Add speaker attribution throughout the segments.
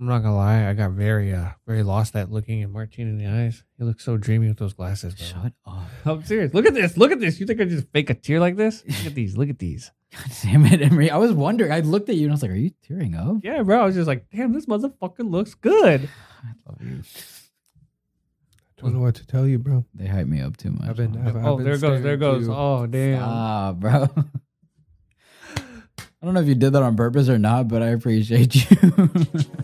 Speaker 1: I'm not gonna lie, I got very uh very lost at looking at Martin in the eyes. He looks so dreamy with those glasses. bro.
Speaker 2: Shut up.
Speaker 1: I'm serious. Look at this. Look at this. You think I just fake a tear like this? Look at these. Look at these.
Speaker 2: God damn it, Emery. I was wondering. I looked at you and I was like, are you tearing up?
Speaker 1: Yeah, bro. I was just like, damn, this motherfucker looks good.
Speaker 2: I love you.
Speaker 3: Don't know what to tell you, bro.
Speaker 2: They hype me up too much.
Speaker 3: I've been.
Speaker 2: man.
Speaker 3: I've, I've
Speaker 1: oh,
Speaker 3: been
Speaker 1: there goes.
Speaker 3: staring
Speaker 1: There
Speaker 3: at
Speaker 1: goes.
Speaker 3: you.
Speaker 1: Oh, damn.
Speaker 2: Ah, bro. I don't know if you did that on purpose or not, but I appreciate you.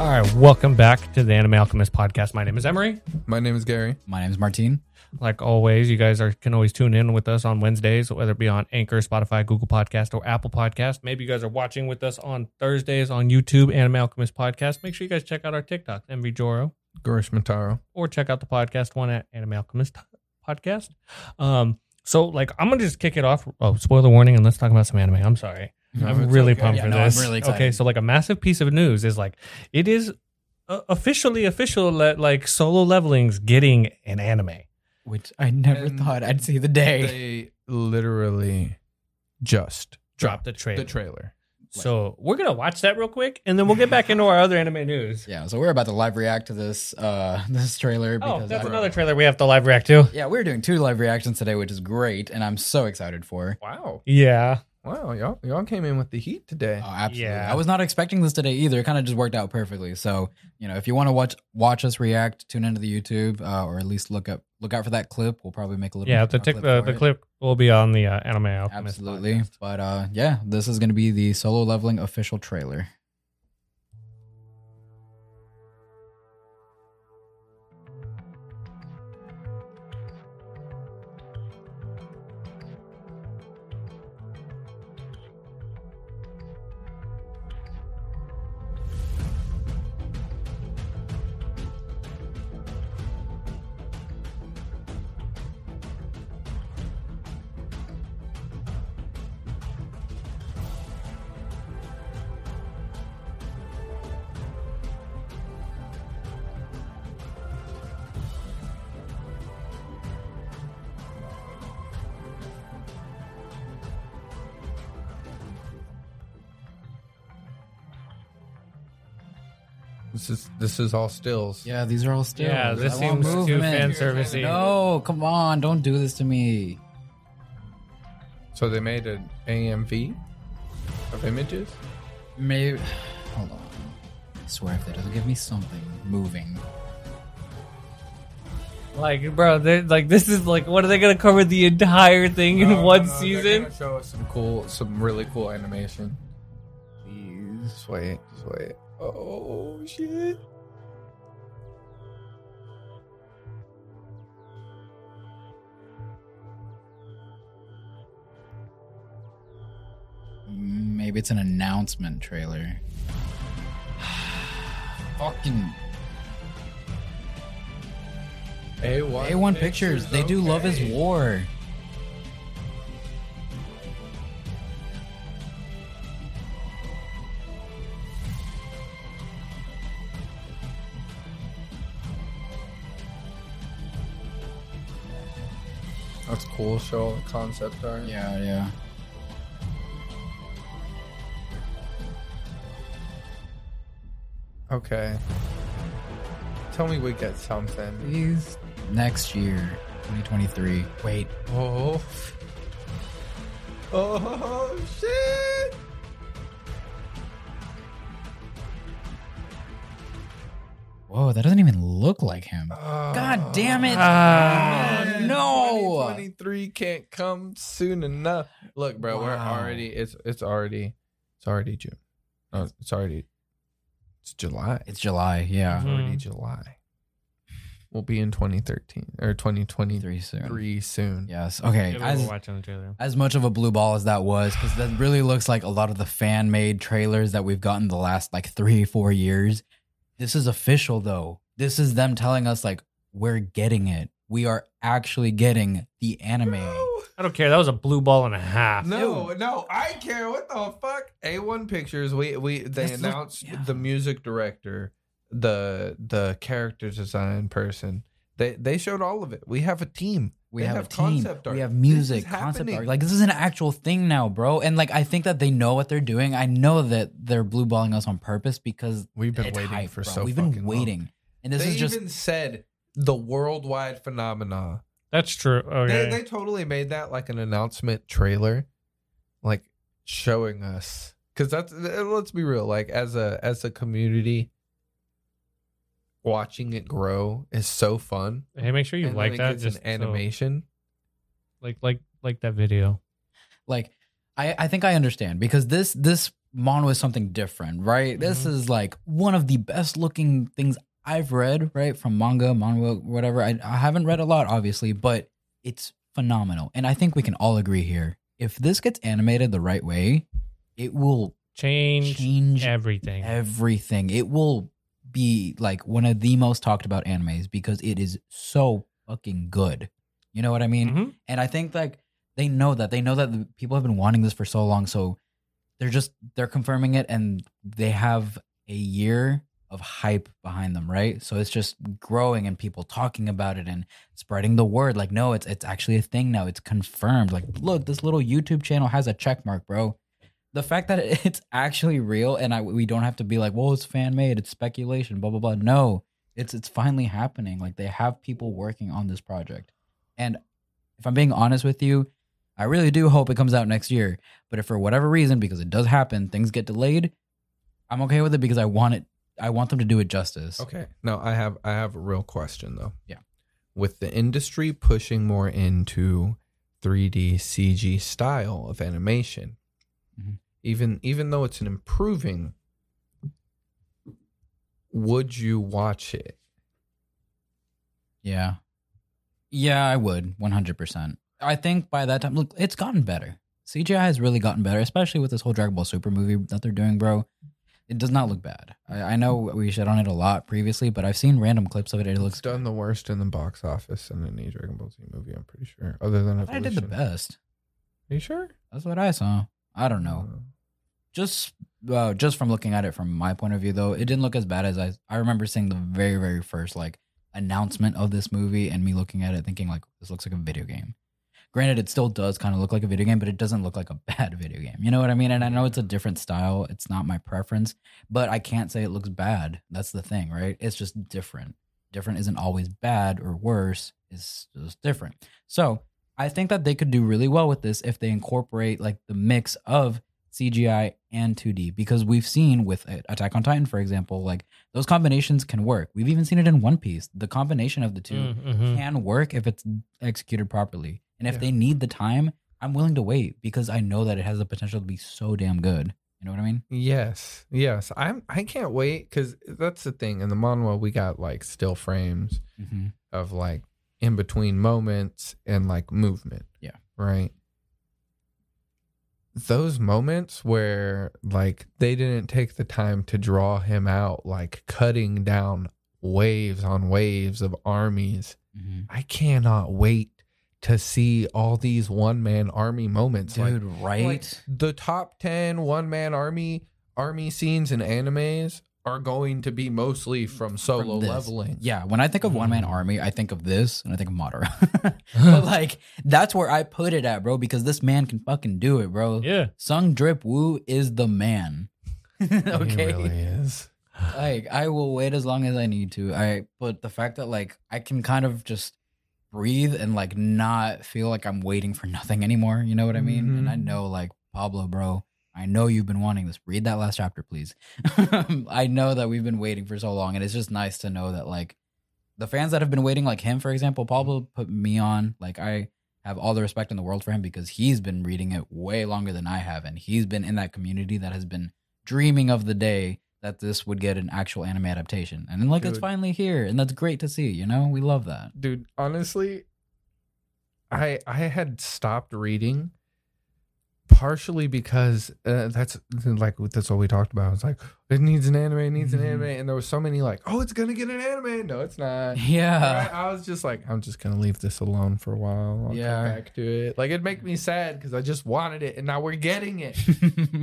Speaker 1: All right, welcome back to the Anime Alchemist podcast. My name is Emery.
Speaker 3: My name is Gary.
Speaker 2: My name's Martine.
Speaker 1: Like always, you guys are can always tune in with us on Wednesdays, whether it be on Anchor, Spotify, Google Podcast, or Apple Podcast. Maybe you guys are watching with us on Thursdays on YouTube, Anime Alchemist Podcast. Make sure you guys check out our TikTok, MV Joro,
Speaker 3: Gorish Mataro.
Speaker 1: or check out the podcast one at Anime Alchemist Podcast. Um, so like I'm gonna just kick it off. Oh, spoiler warning, and let's talk about some anime. I'm sorry.
Speaker 3: No,
Speaker 1: I'm
Speaker 3: it's
Speaker 1: really
Speaker 3: okay.
Speaker 1: pumped
Speaker 2: Yeah,
Speaker 1: for
Speaker 2: no, I'm
Speaker 1: this.
Speaker 2: really
Speaker 1: okay,
Speaker 2: excited.
Speaker 1: so like a massive piece of news is like it is uh, officially official that like solo leveling's getting an anime.
Speaker 2: Which I never
Speaker 3: And
Speaker 2: thought I'd see the day.
Speaker 3: They literally just
Speaker 1: Drop the trailer.
Speaker 3: the trailer.
Speaker 1: so we're gonna watch that real quick, and then we'll get back into our other anime news.
Speaker 2: Yeah, so we're about to live react to this uh this trailer because
Speaker 1: Oh, that's
Speaker 2: I-
Speaker 1: another trailer we have to live react to.
Speaker 2: Yeah, we're doing two live reactions today, which is great, and I'm so excited for.
Speaker 3: Wow, Ah.
Speaker 1: Yeah,
Speaker 3: wow, y'all, y'all came in with the heat today.
Speaker 2: Oh, absolutely.
Speaker 1: Yeah.
Speaker 2: I was not expecting this today either. It kind of just worked out perfectly. So, you know, if you want to watch watch us react, tune into the YouTube uh, or at least look up look out for that clip. We'll probably make a little
Speaker 1: yeah.
Speaker 2: a
Speaker 1: The tick,
Speaker 2: for
Speaker 1: the, the
Speaker 2: it.
Speaker 1: clip will be on the uh, anime. Alchemist
Speaker 2: Absolutely.
Speaker 1: podcast.
Speaker 2: But uh yeah, this is going to be the solo leveling official trailer.
Speaker 3: This is this is all stills.
Speaker 2: Yeah, these are all still.
Speaker 1: Yeah, this seems too fanservice-y.
Speaker 2: No, come on, don't do this to me.
Speaker 3: So they made an AMV of images.
Speaker 2: Maybe. Hold on. I swear if that doesn't give me something moving.
Speaker 1: Like, bro, they're- like this is like, what are they gonna cover the entire thing in
Speaker 3: No, no,
Speaker 1: one
Speaker 3: no, Um, uh, they're
Speaker 1: season?
Speaker 3: gonna Show us some cool, some really cool animation.
Speaker 2: Please.
Speaker 3: Just wait, just wait. Oh shit!
Speaker 2: Maybe it's an announcement trailer. Fucking
Speaker 3: A one,
Speaker 2: A1 Pictures, they do Love is War.
Speaker 3: That's cool. Show concept art.
Speaker 2: Yeah, yeah.
Speaker 3: Okay. Tell me we get something.
Speaker 2: Please. Next year, 2023. Wait,
Speaker 3: Oh. Oh shit!
Speaker 2: whoa, that doesn't even look like him. God
Speaker 3: Oh,
Speaker 2: damn it.
Speaker 1: Ah.
Speaker 2: Oh, no.
Speaker 3: 2023 can't come soon enough. Look, bro, we're
Speaker 2: Wow.
Speaker 3: already it's it's already it's already June. No, it's already it's July.
Speaker 2: It's July, yeah.
Speaker 3: It's already
Speaker 1: Mhm.
Speaker 3: July. We'll be in 2013 or 2023
Speaker 2: Three soon.
Speaker 3: soon.
Speaker 2: Yes. Okay.
Speaker 1: Yeah, we were
Speaker 2: As,
Speaker 1: watching the trailer.
Speaker 2: as much of a blue ball as that was, because that really looks like a lot of the fan made trailers that we've gotten the last like three, four years. This is official though. This is them telling us like we're getting it. We are actually getting the anime.
Speaker 1: I don't care. That was a blue ball and a half.
Speaker 3: No, no, I care. What the fuck? A1 Pictures. We we they
Speaker 2: This look-
Speaker 3: announced
Speaker 2: yeah.
Speaker 3: the music director. the the character design person. They they showed all of it. We have a team.
Speaker 2: We
Speaker 3: They
Speaker 2: have,
Speaker 3: have
Speaker 2: a team.
Speaker 3: concept art.
Speaker 2: We have
Speaker 3: This
Speaker 2: music,
Speaker 3: is
Speaker 2: concept
Speaker 3: happening.
Speaker 2: art. Like this is an actual thing now, bro. And like I think that they know what they're doing. I know that they're blue balling us on purpose because
Speaker 3: We've been
Speaker 2: it's
Speaker 3: waiting
Speaker 2: hype,
Speaker 3: for
Speaker 2: bro.
Speaker 3: so
Speaker 2: We've
Speaker 3: fucking
Speaker 2: been
Speaker 3: long.
Speaker 2: waiting, and this
Speaker 3: they
Speaker 2: is just
Speaker 3: even said the worldwide phenomena.
Speaker 1: That's true. Okay.
Speaker 3: They, they totally made that like an announcement trailer, like showing us because that's uh, let's be real. Like as a as a community, watching it grow is so fun.
Speaker 1: hey, make sure you
Speaker 3: And then
Speaker 1: like
Speaker 3: it
Speaker 1: that.
Speaker 3: gets
Speaker 1: Just
Speaker 3: an animation.
Speaker 1: So, like like like that video.
Speaker 2: like I, I think I understand because this this mono is something different, right? This
Speaker 1: Mhm.
Speaker 2: is like one of the best looking things I've read, right? From manga, manhwa, whatever. I, I haven't read a lot, obviously, but it's phenomenal. And I think we can all agree here. If this gets animated the right way, it will
Speaker 1: Change,
Speaker 2: change
Speaker 1: everything.
Speaker 2: everything. It will be like one of the most talked about animes because it is so fucking good. You know what I mean?
Speaker 1: Mhm.
Speaker 2: And I think like they know that. They know that the people have been wanting this for so long. So they're just they're confirming it and they have a year of hype behind them, right? So it's just growing and people talking about it and spreading the word. Like, no, it's it's actually a thing now. It's confirmed. Like, look, this little YouTube channel has a check mark, bro. The fact that it's actually real and I we don't have to be like, well, it's fan made, it's speculation, blah blah blah. No, it's it's finally happening. Like they have people working on this project. And if I'm being honest with you, I really do hope it comes out next year. But if for whatever reason, because it does happen, things get delayed, I'm okay with it because I want it. I want them to do it justice.
Speaker 3: Okay. No, I have I have a real question though.
Speaker 2: Yeah.
Speaker 3: With the industry pushing more into 3D CG style of animation,
Speaker 1: Mm-hmm.
Speaker 2: Mhm.
Speaker 3: even even though it's an improving, would you watch it?
Speaker 2: Yeah. Yeah, I would 100%. I think by that time, look, it's gotten better. CGI has really gotten better, especially with this whole Dragon Ball Super movie that they're doing, bro. It does not look bad. I, I know we shit on it a lot previously, but I've seen random clips of it. It
Speaker 3: It's
Speaker 2: looks
Speaker 3: done
Speaker 2: good.
Speaker 3: the worst in the box office in any Dragon Ball Z movie, I'm pretty sure. Other than
Speaker 2: I did the
Speaker 3: Evolution.
Speaker 2: best.
Speaker 3: Are you sure?
Speaker 2: That's what I saw. I don't know. just uh, just from looking at it from my point of view though it didn't look as bad as i i remember seeing the very very first like announcement of this movie and me looking at it thinking like this looks like a video game granted it still does kind of look like a video game but it doesn't look like a bad video game you know what i mean and i know it's a different style it's not my preference but i can't say it looks bad that's the thing right it's just different different isn't always bad or worse it's just different so i think that they could do really well with this if they incorporate like the mix of CGI and 2D because we've seen with uh, Attack on Titan, for example, like those combinations can work. We've even seen it in One Piece. The combination of the 2
Speaker 1: Mm, mhm.
Speaker 2: can work if it's executed properly. And if
Speaker 3: Hmm. Yeah.
Speaker 2: they need the time, I'm willing to wait because I know that it has the potential to be so damn good. You know what I mean?
Speaker 3: Yes, yes. I'm. I can't wait because that's the thing. In the manhwa, we got like still frames
Speaker 2: Mm-hmm.
Speaker 3: of like in between moments and like movement.
Speaker 2: Yeah.
Speaker 3: Right. Those moments where like they didn't take the time to draw him out, like cutting down waves on waves of armies.
Speaker 2: Mm-hmm.
Speaker 3: I cannot wait to see all these one man army moments. like,
Speaker 2: Dude, right?
Speaker 3: like, the top 10 one man army army scenes in animes are going to be mostly from
Speaker 2: From
Speaker 3: solo
Speaker 2: this.
Speaker 3: leveling. Mm.
Speaker 2: Yeah, when I think of one man
Speaker 1: Mhm.
Speaker 2: army, I think of this and I think of Madara. but like that's where I put it at, bro, because this man can fucking do it, bro.
Speaker 1: Yeah.
Speaker 2: Sung Drip Woo is the man. okay.
Speaker 3: He really is.
Speaker 2: Like I will wait as long as I need to. I but the fact that like I can kind of just breathe and like not feel like I'm waiting for nothing anymore. You know what I mean? And I
Speaker 3: Mhm.
Speaker 2: know like Pablo, bro. I know you've been wanting this. Read that last chapter, please. I know that we've been waiting for so long, and it's just nice to know that like the fans that have been waiting, like him, for example, Pablo
Speaker 1: Mm-hmm.
Speaker 2: put me on. Like I have all the respect in the world for him because he's been reading it way longer than I have, and he's been in that community that has been dreaming of the day that this would get an actual anime adaptation. And then like it's
Speaker 3: Dude.
Speaker 2: finally here, and that's great to see. You know, we love that.
Speaker 3: Dude, honestly, I I had stopped reading partially because uh, that's like that's what we talked about. It's like it needs an anime, it needs
Speaker 2: Mhm.
Speaker 3: an anime, and there was so many like, oh, it's gonna get an anime. No, it's not.
Speaker 2: Yeah.
Speaker 3: Right? I was just like, I'm just gonna leave this alone for a while. I'll
Speaker 2: Yeah.
Speaker 3: come back to it. Like it'd make me sad because I just wanted it, and now we're getting it.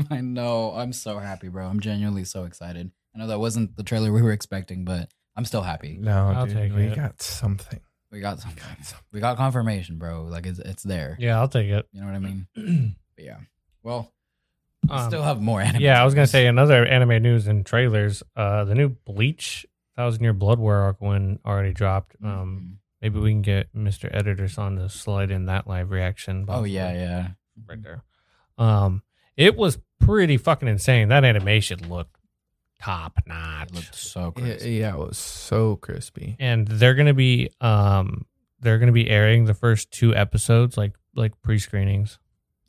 Speaker 2: I know. I'm so happy, bro. I'm genuinely so excited. I know that wasn't the trailer we were expecting, but I'm still happy.
Speaker 3: No,
Speaker 1: I'll
Speaker 3: dude,
Speaker 1: take
Speaker 3: we
Speaker 1: it.
Speaker 3: got something.
Speaker 2: We got some,
Speaker 3: We got something.
Speaker 2: we got confirmation, bro. Like it's it's there.
Speaker 1: Yeah, I'll take it.
Speaker 2: You know what I mean? But yeah. Well, we
Speaker 1: Um,
Speaker 2: still have more anime.
Speaker 1: yeah, I was gonna
Speaker 2: trailers.
Speaker 1: say another anime news and trailers. Uh, the new Bleach Thousand Year Blood War arc one already dropped. Um,
Speaker 2: Mhm.
Speaker 1: maybe we can get Mister Editor on to slide in that live reaction.
Speaker 2: Oh
Speaker 1: possibly.
Speaker 2: yeah, yeah.
Speaker 1: right there. Um, it was pretty fucking insane. That animation looked top
Speaker 2: It looked
Speaker 1: notch,
Speaker 2: so
Speaker 3: Yeah,
Speaker 2: crazy.
Speaker 3: yeah, it was so crispy.
Speaker 1: and they're gonna be um, they're gonna be airing the first two episodes like like pre screenings.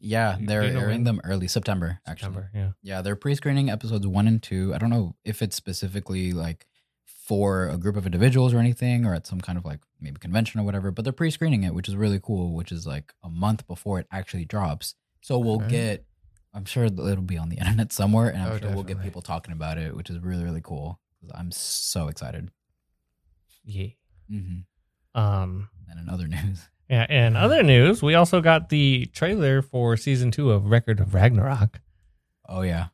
Speaker 2: Yeah,
Speaker 1: You-
Speaker 2: they're
Speaker 1: you know
Speaker 2: airing
Speaker 1: when?
Speaker 2: them early September, actually.
Speaker 1: September, yeah.
Speaker 2: Yeah, they're pre-screening episodes one and two. I don't know if it's specifically like for a group of individuals or anything, or at some kind of like maybe convention or whatever. But they're pre-screening it, which is really cool. Which is like a month before it actually drops, so we'll
Speaker 3: Okay.
Speaker 2: get. I'm sure that it'll be on the internet somewhere, and I'm
Speaker 3: Oh,
Speaker 2: sure we'll get
Speaker 3: definitely.
Speaker 2: people talking about it, which is really really cool. I'm so excited.
Speaker 1: Yeah.
Speaker 2: hmm
Speaker 1: Um.
Speaker 2: And in other news,
Speaker 1: Yeah. And other news, we also got the trailer for season two of Record of Ragnarok.
Speaker 2: oh yeah,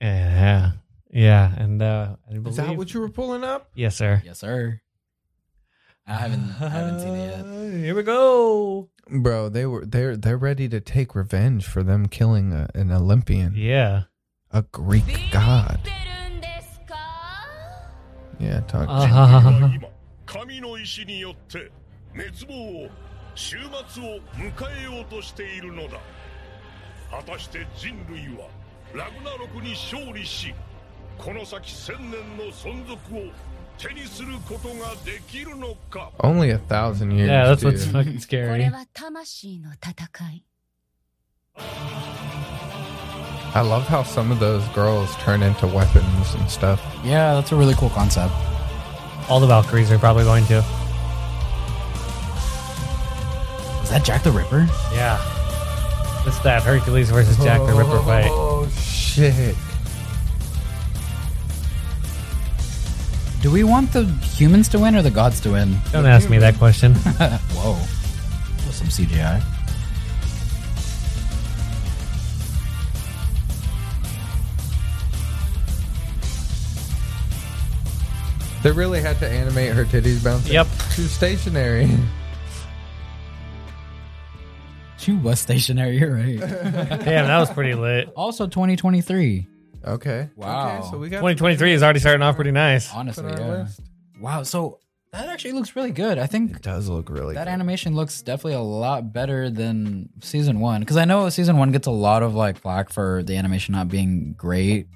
Speaker 1: Yeah. Yeah. And uh, I believe,
Speaker 3: Is that what you were pulling up?
Speaker 1: Yes, sir.
Speaker 2: yes sir. I haven't I haven't seen it yet.
Speaker 1: Uh, Here we go.
Speaker 3: Bro, they were they're they're ready to take revenge for them killing a, an Olympian,
Speaker 1: Yeah.
Speaker 3: a Greek god. Yeah, talk.
Speaker 1: Uh,
Speaker 4: 人類は今神の意志によって滅亡を終末を迎えようとしているのだ果たして人類はラグナロクに勝利しこの先千年の存続を手にすることができるのか
Speaker 3: Only a thousand years.
Speaker 1: Yeah. That's what's fucking
Speaker 3: dude.
Speaker 5: これ
Speaker 1: scary.
Speaker 5: は魂の戦い
Speaker 3: I love how some of those girls turn into weapons and stuff.
Speaker 2: Yeah, that's a really cool concept.
Speaker 1: All the Valkyries are probably going to.
Speaker 2: Is that Jack the Ripper?
Speaker 1: Yeah. It's that Hercules versus Jack the Ripper fight.
Speaker 3: Oh shit!
Speaker 2: Do we want the humans to win or the gods to win?
Speaker 1: Don't ask me that question.
Speaker 2: Whoa. With some CGI.
Speaker 3: They really had to animate her titties bouncing.
Speaker 1: Yep.
Speaker 3: Too stationary.
Speaker 2: She was stationary, you're right.
Speaker 1: Damn, that was pretty lit.
Speaker 2: also 2023.
Speaker 3: Okay.
Speaker 2: Wow.
Speaker 3: Okay, so we got
Speaker 1: 2023 is already starting off pretty nice.
Speaker 3: on
Speaker 2: Honestly,
Speaker 3: our
Speaker 2: yeah.
Speaker 3: list.
Speaker 2: Wow, so that actually looks really good. I think
Speaker 3: It does look really.
Speaker 2: that
Speaker 3: good.
Speaker 2: animation looks definitely a lot better than season one. Because I know season one gets a lot of like flack for the animation not being great.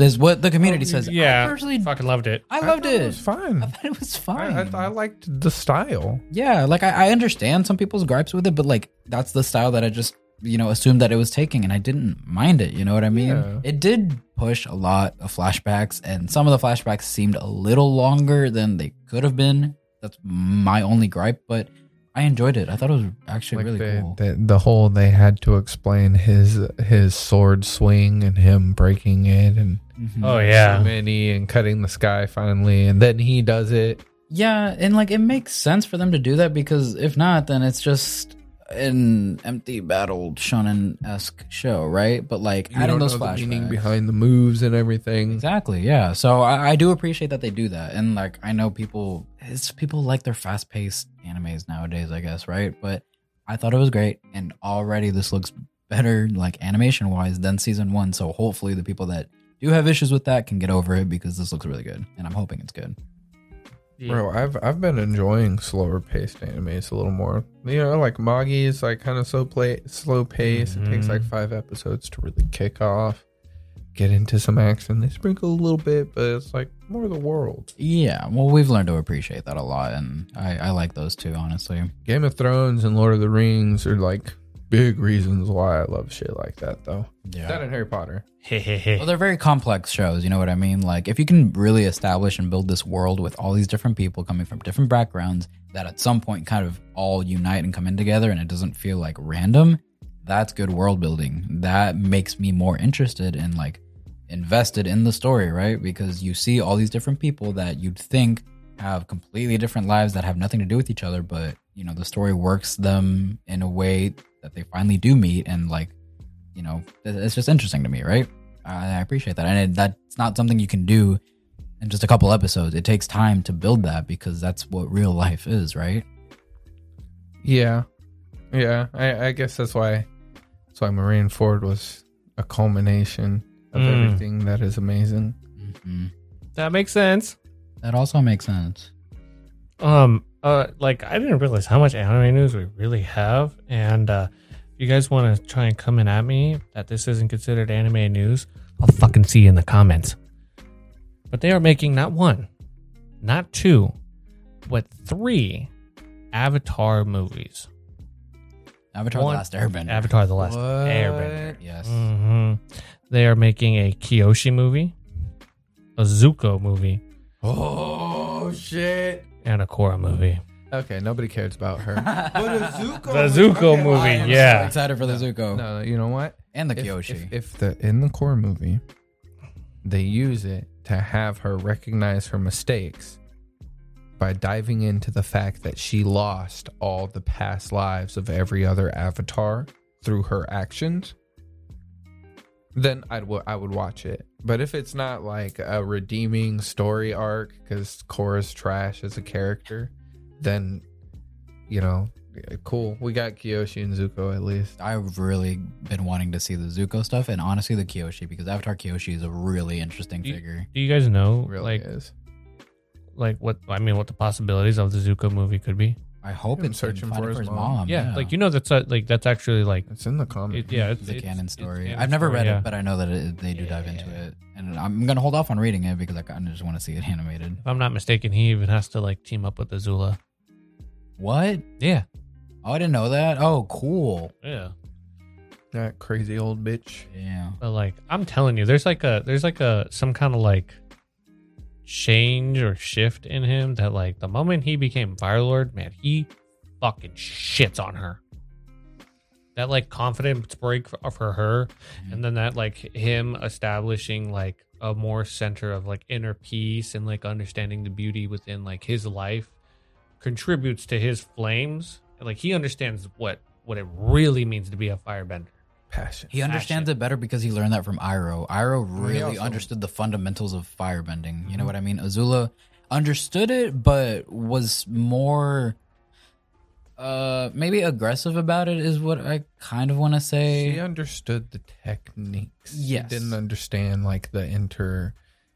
Speaker 2: Is what the community says.
Speaker 1: Yeah.
Speaker 2: I personally
Speaker 1: fucking loved it.
Speaker 2: I
Speaker 3: I
Speaker 2: loved
Speaker 3: thought
Speaker 2: it.
Speaker 3: It was fun.
Speaker 2: I thought it was fine.
Speaker 3: I, I, I liked the style.
Speaker 2: Yeah, like I, I understand some people's gripes with it, but like that's the style that I just you know assumed that it was taking, and I didn't mind it. You know what I mean?
Speaker 3: Yeah.
Speaker 2: It did push a lot of flashbacks, and some of the flashbacks seemed a little longer than they could have been. That's my only gripe, but I enjoyed it. I thought it was actually
Speaker 3: Like
Speaker 2: really
Speaker 3: the,
Speaker 2: cool.
Speaker 3: the the whole they had to explain his his sword swing and him breaking it and
Speaker 2: Mhm.
Speaker 1: Oh, yeah.
Speaker 3: so many and cutting the sky finally and then he does it.
Speaker 2: Yeah, and like it makes sense for them to do that because if not, then it's just an empty battle shonen esque show, right? But like
Speaker 3: I
Speaker 2: adding
Speaker 3: don't
Speaker 2: those
Speaker 3: know the meaning
Speaker 2: flashbacks.
Speaker 3: behind the moves and everything.
Speaker 2: Exactly. Yeah. So I, I do appreciate that they do that, and like I know people, it's people like their fast paced animes nowadays, I guess, right? But I thought it was great, and already this looks better, like animation wise, than season one. So hopefully the people that do have issues with that can get over it because this looks really good, and I'm hoping it's good.
Speaker 3: Bro, I've I've been enjoying slower paced animes a little more. You know, like Magi is like kind of so play slow pace. It takes like
Speaker 1: Mhm.
Speaker 3: five episodes to really kick off, get into some action. They sprinkle a little bit, but it's like more of the world.
Speaker 2: Yeah. Well, we've learned to appreciate that a lot, and I, I like those two honestly.
Speaker 3: Game of Thrones and Lord of the Rings are like big reasons why I love shit like that though. That and Harry Potter.
Speaker 2: Well,
Speaker 1: Hehehe.
Speaker 2: they're very complex shows. You know what I mean? Like, if you can really establish and build this world with all these different people coming from different backgrounds that at some point kind of all unite and come in together and it doesn't feel like random, that's good world building. That makes me more interested in like invested in the story, right? Because you see all these different people that you'd think have completely different lives that have nothing to do with each other, but you know, the story works them in a way that they finally do meet and like, you know, it- it's just interesting to me, right? I I appreciate that, and it, that's not something you can do in just a couple episodes. It takes time to build that because that's what real life is, right?
Speaker 3: Yeah, yeah. I, I guess that's why. That's why Marine Ford was a culmination of
Speaker 1: Mm.
Speaker 3: everything that is amazing.
Speaker 2: Mm-hmm.
Speaker 1: That makes sense.
Speaker 2: That also makes sense.
Speaker 1: um uh like i didn't realize how much anime news we really have and uh if you guys want to try and come in at me that this isn't considered anime news i'll fucking see you in the comments but they are making not one not two but three avatar movies
Speaker 2: Avatar:
Speaker 1: One-
Speaker 2: The Last Airbender.
Speaker 1: avatar the last
Speaker 3: What?
Speaker 1: airbender
Speaker 2: Yes.
Speaker 1: hmm they are making a kiyoshi movie a zuko movie
Speaker 2: Oh shit.
Speaker 1: and a korra movie
Speaker 3: Okay, nobody cares about her.
Speaker 1: the zuko
Speaker 2: I am
Speaker 1: movie
Speaker 2: so
Speaker 1: yeah
Speaker 2: excited for the Zuko
Speaker 3: no, no, you know what?
Speaker 2: and the
Speaker 3: If-
Speaker 2: Kyoshi.
Speaker 3: If, if the in the core movie, they use it to have her recognize her mistakes by diving into the fact that she lost all the past lives of every other avatar through her actions, then I'd w- I would watch it. But if it's not like a redeeming story arc because Korra's trash as a character, then you know, cool. We got Kyoshi and Zuko at least.
Speaker 2: I've really been wanting to see the Zuko stuff and honestly the Kyoshi because Avatar Kyoshi is a really interesting
Speaker 1: You-
Speaker 2: figure.
Speaker 1: do you guys know
Speaker 3: Really
Speaker 1: like
Speaker 3: is.
Speaker 1: like what I mean, what the possibilities of the Zuko movie could be.
Speaker 2: I hope
Speaker 3: Him
Speaker 2: it's searching for his mom.
Speaker 1: yeah, like you know, that's a, like that's actually like
Speaker 3: It's in the comic.
Speaker 1: it, yeah, it's
Speaker 2: Um, the
Speaker 1: it's-
Speaker 2: canon
Speaker 1: it's
Speaker 2: story.
Speaker 1: canon
Speaker 2: I've never
Speaker 1: story,
Speaker 2: read
Speaker 1: yeah.
Speaker 2: it, but I know that it, they do
Speaker 1: Yeah,
Speaker 2: dive
Speaker 1: yeah,
Speaker 2: into
Speaker 1: yeah.
Speaker 2: it, and I'm gonna hold off on reading it because I kind of just want to see it animated.
Speaker 1: if I'm not mistaken, he even has to like team up with Azula.
Speaker 2: What?
Speaker 1: Yeah,
Speaker 2: Oh, I didn't know that. Oh, cool.
Speaker 1: yeah.
Speaker 3: That crazy old bitch.
Speaker 2: Yeah.
Speaker 1: But like, I'm telling you, there's like a there's like a some kind of like change or shift in him that like the moment he became Fire Lord, man, he fucking shits on her. That like confidence break of her, her
Speaker 2: Mm-hmm.
Speaker 1: and then that like him establishing like a more center of like inner peace and like understanding the beauty within like his life contributes to his flames and like he understands what what it really means to be a firebender
Speaker 3: Passion.
Speaker 2: He understands
Speaker 1: Passion.
Speaker 2: it better because he learned that from Iroh. Iroh really
Speaker 3: also- Mm-hmm.
Speaker 2: understood the fundamentals of firebending. You know what I mean? Azula understood it, but was more, uh, maybe aggressive about it. Is what I kind of want to say.
Speaker 3: She understood the techniques. She
Speaker 2: Yes.
Speaker 3: didn't understand like the inter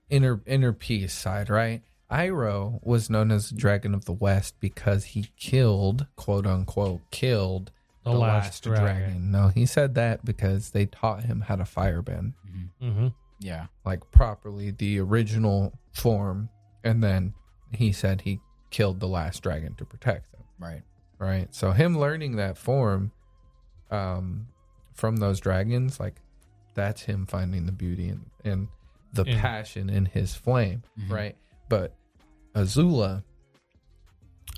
Speaker 3: inner inner peace side, right? Iroh was known as the Dragon of the West because he killed, quote unquote, killed
Speaker 1: The last dragon.
Speaker 3: No, he said that because they taught him how to firebend.
Speaker 1: mm-hmm.
Speaker 2: Yeah.
Speaker 3: like properly the original form and then he said he killed the last dragon to protect them
Speaker 2: Right.
Speaker 3: right so him learning that form um from those dragons like that's him finding the beauty and, and the
Speaker 1: Yeah.
Speaker 3: passion in his flame
Speaker 2: Mhm.
Speaker 3: right but azula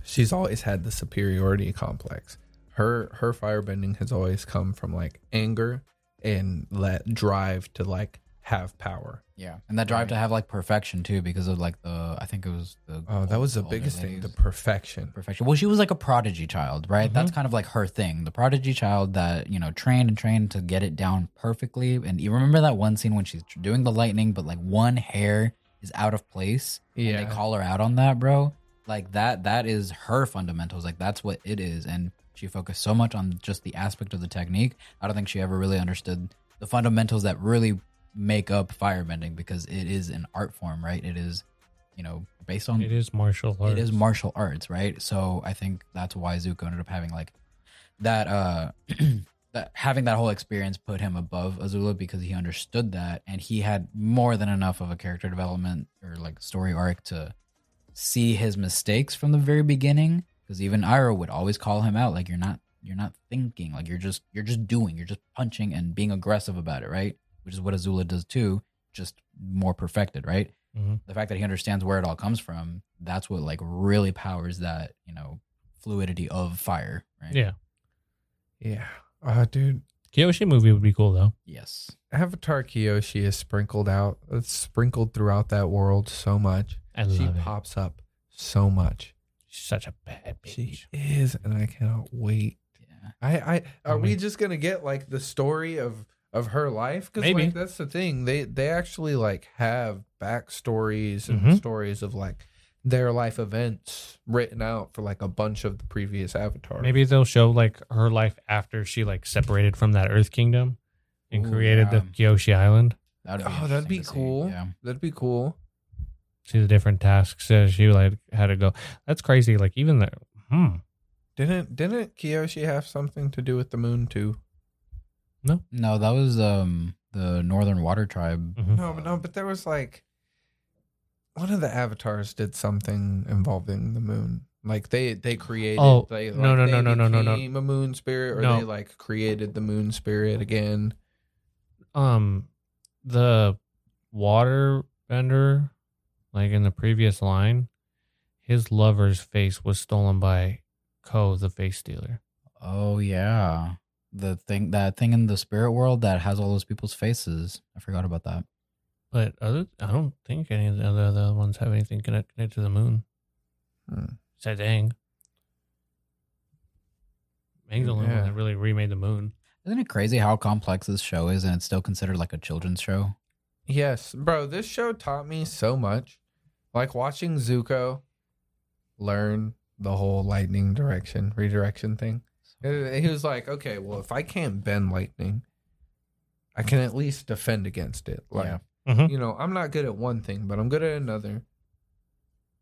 Speaker 3: she's always had the superiority complex her her firebending has always come from like anger and that drive to like have power
Speaker 2: Yeah. And that drive to have like perfection too, because of like the I think it was the
Speaker 3: Oh, that was the
Speaker 2: older
Speaker 3: biggest thing, the
Speaker 2: lady's
Speaker 3: perfection.
Speaker 2: perfection. Well, she was like a prodigy child, right? That's kind of like her thing. The prodigy child that, you know, trained and trained to get it down perfectly. And you remember that one scene when she's tr- doing the lightning, but like one hair is out of place.
Speaker 3: Yeah.
Speaker 2: And they call her out on that, bro. Like that that is her fundamentals. Like that's what it is. And she focused so much on just the aspect of the technique. I don't think she ever really understood the fundamentals that really make up firebending because it is an art form, right? It is, you know, based on
Speaker 1: it is martial arts
Speaker 2: it is martial arts, right? So I think that's why Zuko ended up having like that uh that having that whole experience put him above Azula because he understood that and he had more than enough of a character development or like story arc to see his mistakes from the very beginning because even Iroh would always call him out like you're not you're not thinking like you're just you're just doing you're just punching and being aggressive about it right which is what Azula does too just more perfected right
Speaker 1: Mhm.
Speaker 2: the fact that he understands where it all comes from that's what like really powers that you know fluidity of fire right
Speaker 1: yeah
Speaker 3: Yeah. Uh, dude,
Speaker 1: kyoshi movie would be cool though
Speaker 2: yes
Speaker 3: Avatar Kyoshi is sprinkled out, it's sprinkled throughout that world so much.
Speaker 1: i love
Speaker 3: she
Speaker 1: it
Speaker 3: pops up so much.
Speaker 1: she's such a bad bitch
Speaker 3: She is, and I cannot wait.
Speaker 2: yeah
Speaker 3: I, I, are
Speaker 1: I
Speaker 3: we
Speaker 1: mean-
Speaker 3: just gonna get like the story of of her life because
Speaker 1: Maybe.
Speaker 3: like that's the thing they they actually like have backstories and
Speaker 1: Mhm.
Speaker 3: stories of like their life events written out for like a bunch of the previous avatar
Speaker 1: Maybe they'll show like her life after she like separated from that Earth Kingdom and
Speaker 2: Ooh,
Speaker 1: created the Kyoshi Island.
Speaker 2: That'd
Speaker 3: oh that'd
Speaker 2: interesting
Speaker 3: be
Speaker 2: to see,
Speaker 3: cool
Speaker 2: Yeah.
Speaker 3: that'd be cool
Speaker 1: See the different tasks as she like had to go. That's crazy. Like even the hmm.
Speaker 3: didn't didn't kiyoshi have something to do with the moon too
Speaker 2: No, that was um the Northern Water Tribe.
Speaker 1: Mhm.
Speaker 3: no but no but there was like one of the avatars did something involving the moon like they they created
Speaker 1: Oh,
Speaker 3: they,
Speaker 1: no, no,
Speaker 3: they
Speaker 1: no, no, no, no, no.
Speaker 3: became a moon spirit or
Speaker 1: No.
Speaker 3: they like created the moon spirit again
Speaker 1: um the water bender like in the previous line his lover's face was stolen by Ko the face stealer.
Speaker 2: Oh yeah. The thing that thing in the spirit world that has all those people's faces. I forgot about that.
Speaker 1: But other I don't think any of the other, other ones have anything connect- connected to the moon.
Speaker 3: Hmm.
Speaker 1: Said Aang. Aang's the only one
Speaker 3: Yeah.
Speaker 1: that really remade the moon.
Speaker 2: Isn't it crazy how complex this show is and it's still considered like a children's show?
Speaker 3: Yes, bro, this show taught me so much. Like watching Zuko learn the whole lightning direction, redirection thing. Uh, He was like, okay, well, if I can't bend lightning, I can at least defend against it. Like,
Speaker 2: Yeah.
Speaker 1: Mhm.
Speaker 3: you know, I'm not good at one thing, but I'm good at another.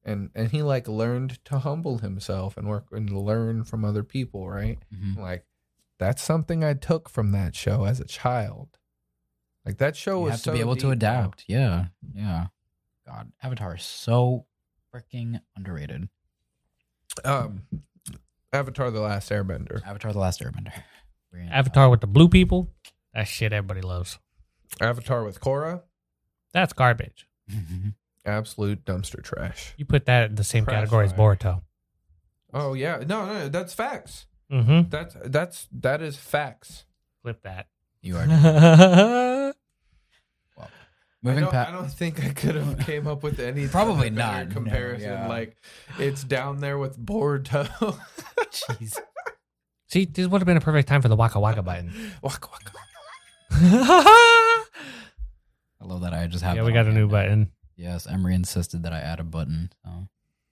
Speaker 3: And and he like learned to humble himself and work and learn from other people, right?
Speaker 2: Mhm.
Speaker 3: Like that's something I took from that show as a child. Like that show
Speaker 2: You
Speaker 3: was
Speaker 2: have to
Speaker 3: so
Speaker 2: be able to
Speaker 3: deep, bro.
Speaker 2: adapt. Yeah. Yeah. God, Avatar is so freaking underrated.
Speaker 3: um Avatar the Last Airbender.
Speaker 2: Avatar the Last Airbender. We're in-
Speaker 1: Avatar with the blue people. That shit everybody loves.
Speaker 3: Avatar with Korra,
Speaker 1: That's garbage.
Speaker 2: Mhm.
Speaker 3: absolute dumpster trash.
Speaker 1: You put that in the same
Speaker 3: Trash
Speaker 1: category as
Speaker 3: fire.
Speaker 1: Boruto.
Speaker 3: Oh yeah. No, no, that's facts.
Speaker 1: Mm-hmm.
Speaker 3: That's that's that is facts.
Speaker 1: Flip that.
Speaker 2: you are
Speaker 1: I
Speaker 3: I
Speaker 2: moving
Speaker 3: don't, I
Speaker 2: past.
Speaker 3: don't think I could have came up with any
Speaker 2: Probably
Speaker 3: better
Speaker 2: not, no,
Speaker 3: comparison.
Speaker 2: yeah.
Speaker 3: Like it's down there with Boruto.
Speaker 2: Jeez.
Speaker 1: See, this would have been a perfect time for the waka waka button.
Speaker 3: Waka waka.
Speaker 2: I love that I just have
Speaker 1: yeah,
Speaker 2: that
Speaker 1: we
Speaker 2: on
Speaker 1: got a
Speaker 2: hand
Speaker 1: new
Speaker 2: now.
Speaker 1: button.
Speaker 2: Yes, Emery insisted that I add a button. So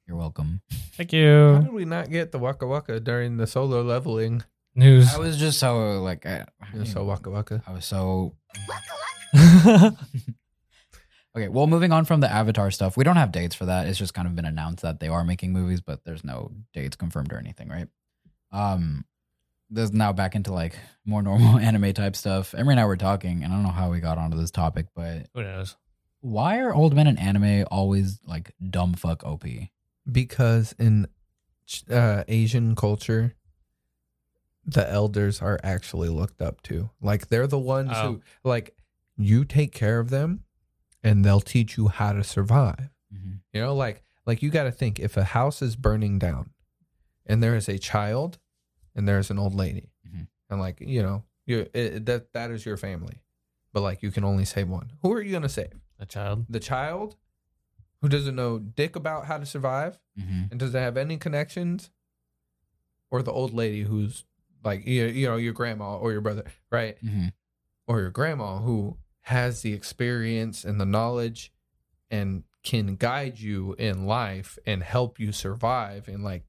Speaker 2: you're welcome.
Speaker 1: Thank
Speaker 3: How
Speaker 1: you.
Speaker 3: did we not get the Waka Waka during the solo leveling?
Speaker 1: News.
Speaker 2: I was just so like I,
Speaker 3: Yeah, so Waka Waka.
Speaker 2: I was so
Speaker 1: That's
Speaker 2: okay. Well, moving on from the Avatar stuff, we don't have dates for that. It's just kind of been announced that they are making movies, but there's no dates confirmed or anything, right? Um, this is now back into like more normal anime type stuff. Emery and I were talking, and I don't know how we got onto this topic, but
Speaker 1: Who knows?
Speaker 2: why are old men in anime always like dumb fuck op?
Speaker 3: Because in uh, Asian culture, the elders are actually looked up to. Like they're the ones
Speaker 1: Oh.
Speaker 3: who, like, you take care of them, and they'll teach you how to survive. You know, like, like you got to think if a house is burning down, and there is a child, and there is an old lady,
Speaker 2: Mhm.
Speaker 3: and like you know, you it- it, that that is your family, but like you can only save one. Who are you gonna save?
Speaker 1: A child.
Speaker 3: The child, who doesn't know dick about how to survive
Speaker 2: Mm-hmm.
Speaker 3: and doesn't have any connections, or the old lady who's like you you know your grandma or your brother, right?
Speaker 2: Mm-hmm.
Speaker 3: Or your grandma who has the experience and the knowledge and can guide you in life and help you survive and like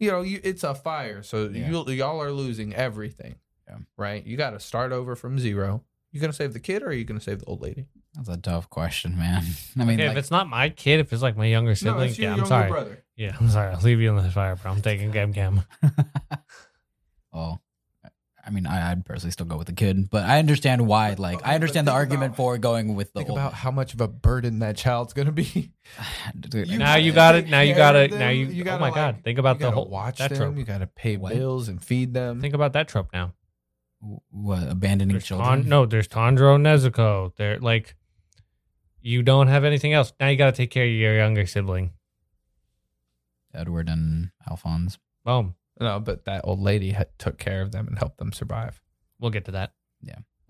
Speaker 3: you know you, it's a fire so
Speaker 2: Yeah.
Speaker 3: you y'all are losing everything
Speaker 2: Yeah.
Speaker 3: right you got to start over from zero you gonna save the kid or are you gonna save the old lady
Speaker 2: That's a tough question, man. I mean,
Speaker 1: Okay,
Speaker 2: like,
Speaker 1: if it's not my kid, if it's like my younger sibling, yeah, I'm sorry.
Speaker 3: brother
Speaker 1: Yeah, I'm sorry. I'll leave you in the fire, bro. I'm taking Gam Gam.
Speaker 2: well, I mean, I, I'd personally still go with the kid, but I understand why. Like,
Speaker 3: okay,
Speaker 2: I understand
Speaker 3: but
Speaker 2: the
Speaker 3: think
Speaker 2: argument
Speaker 3: about-
Speaker 2: for going with the
Speaker 3: Think
Speaker 2: old.
Speaker 3: about how much of a burden that child's gonna be.
Speaker 2: Dude,
Speaker 3: You
Speaker 1: now
Speaker 3: gotta
Speaker 1: you got it.
Speaker 3: take
Speaker 1: Now you
Speaker 3: care
Speaker 1: got
Speaker 3: of
Speaker 1: it. Now
Speaker 3: them.
Speaker 1: you.
Speaker 3: You
Speaker 1: oh
Speaker 3: gotta,
Speaker 1: my
Speaker 3: like-
Speaker 1: god! Think
Speaker 3: You
Speaker 1: about the
Speaker 3: gotta
Speaker 1: whole
Speaker 3: watch
Speaker 1: that
Speaker 3: them.
Speaker 1: trope.
Speaker 3: You gotta pay
Speaker 2: What?
Speaker 3: bills and feed them.
Speaker 1: Think about that trope now.
Speaker 2: what abandoning
Speaker 1: There's
Speaker 2: children.
Speaker 1: Tan- no, there's Tandro Nezuko. They're like, you don't have anything else. Now you got to take care of your younger sibling.
Speaker 2: Edward and Alphonse.
Speaker 1: Boom.
Speaker 3: no, but that old lady had, took care of them and helped them survive.
Speaker 1: We'll get to that.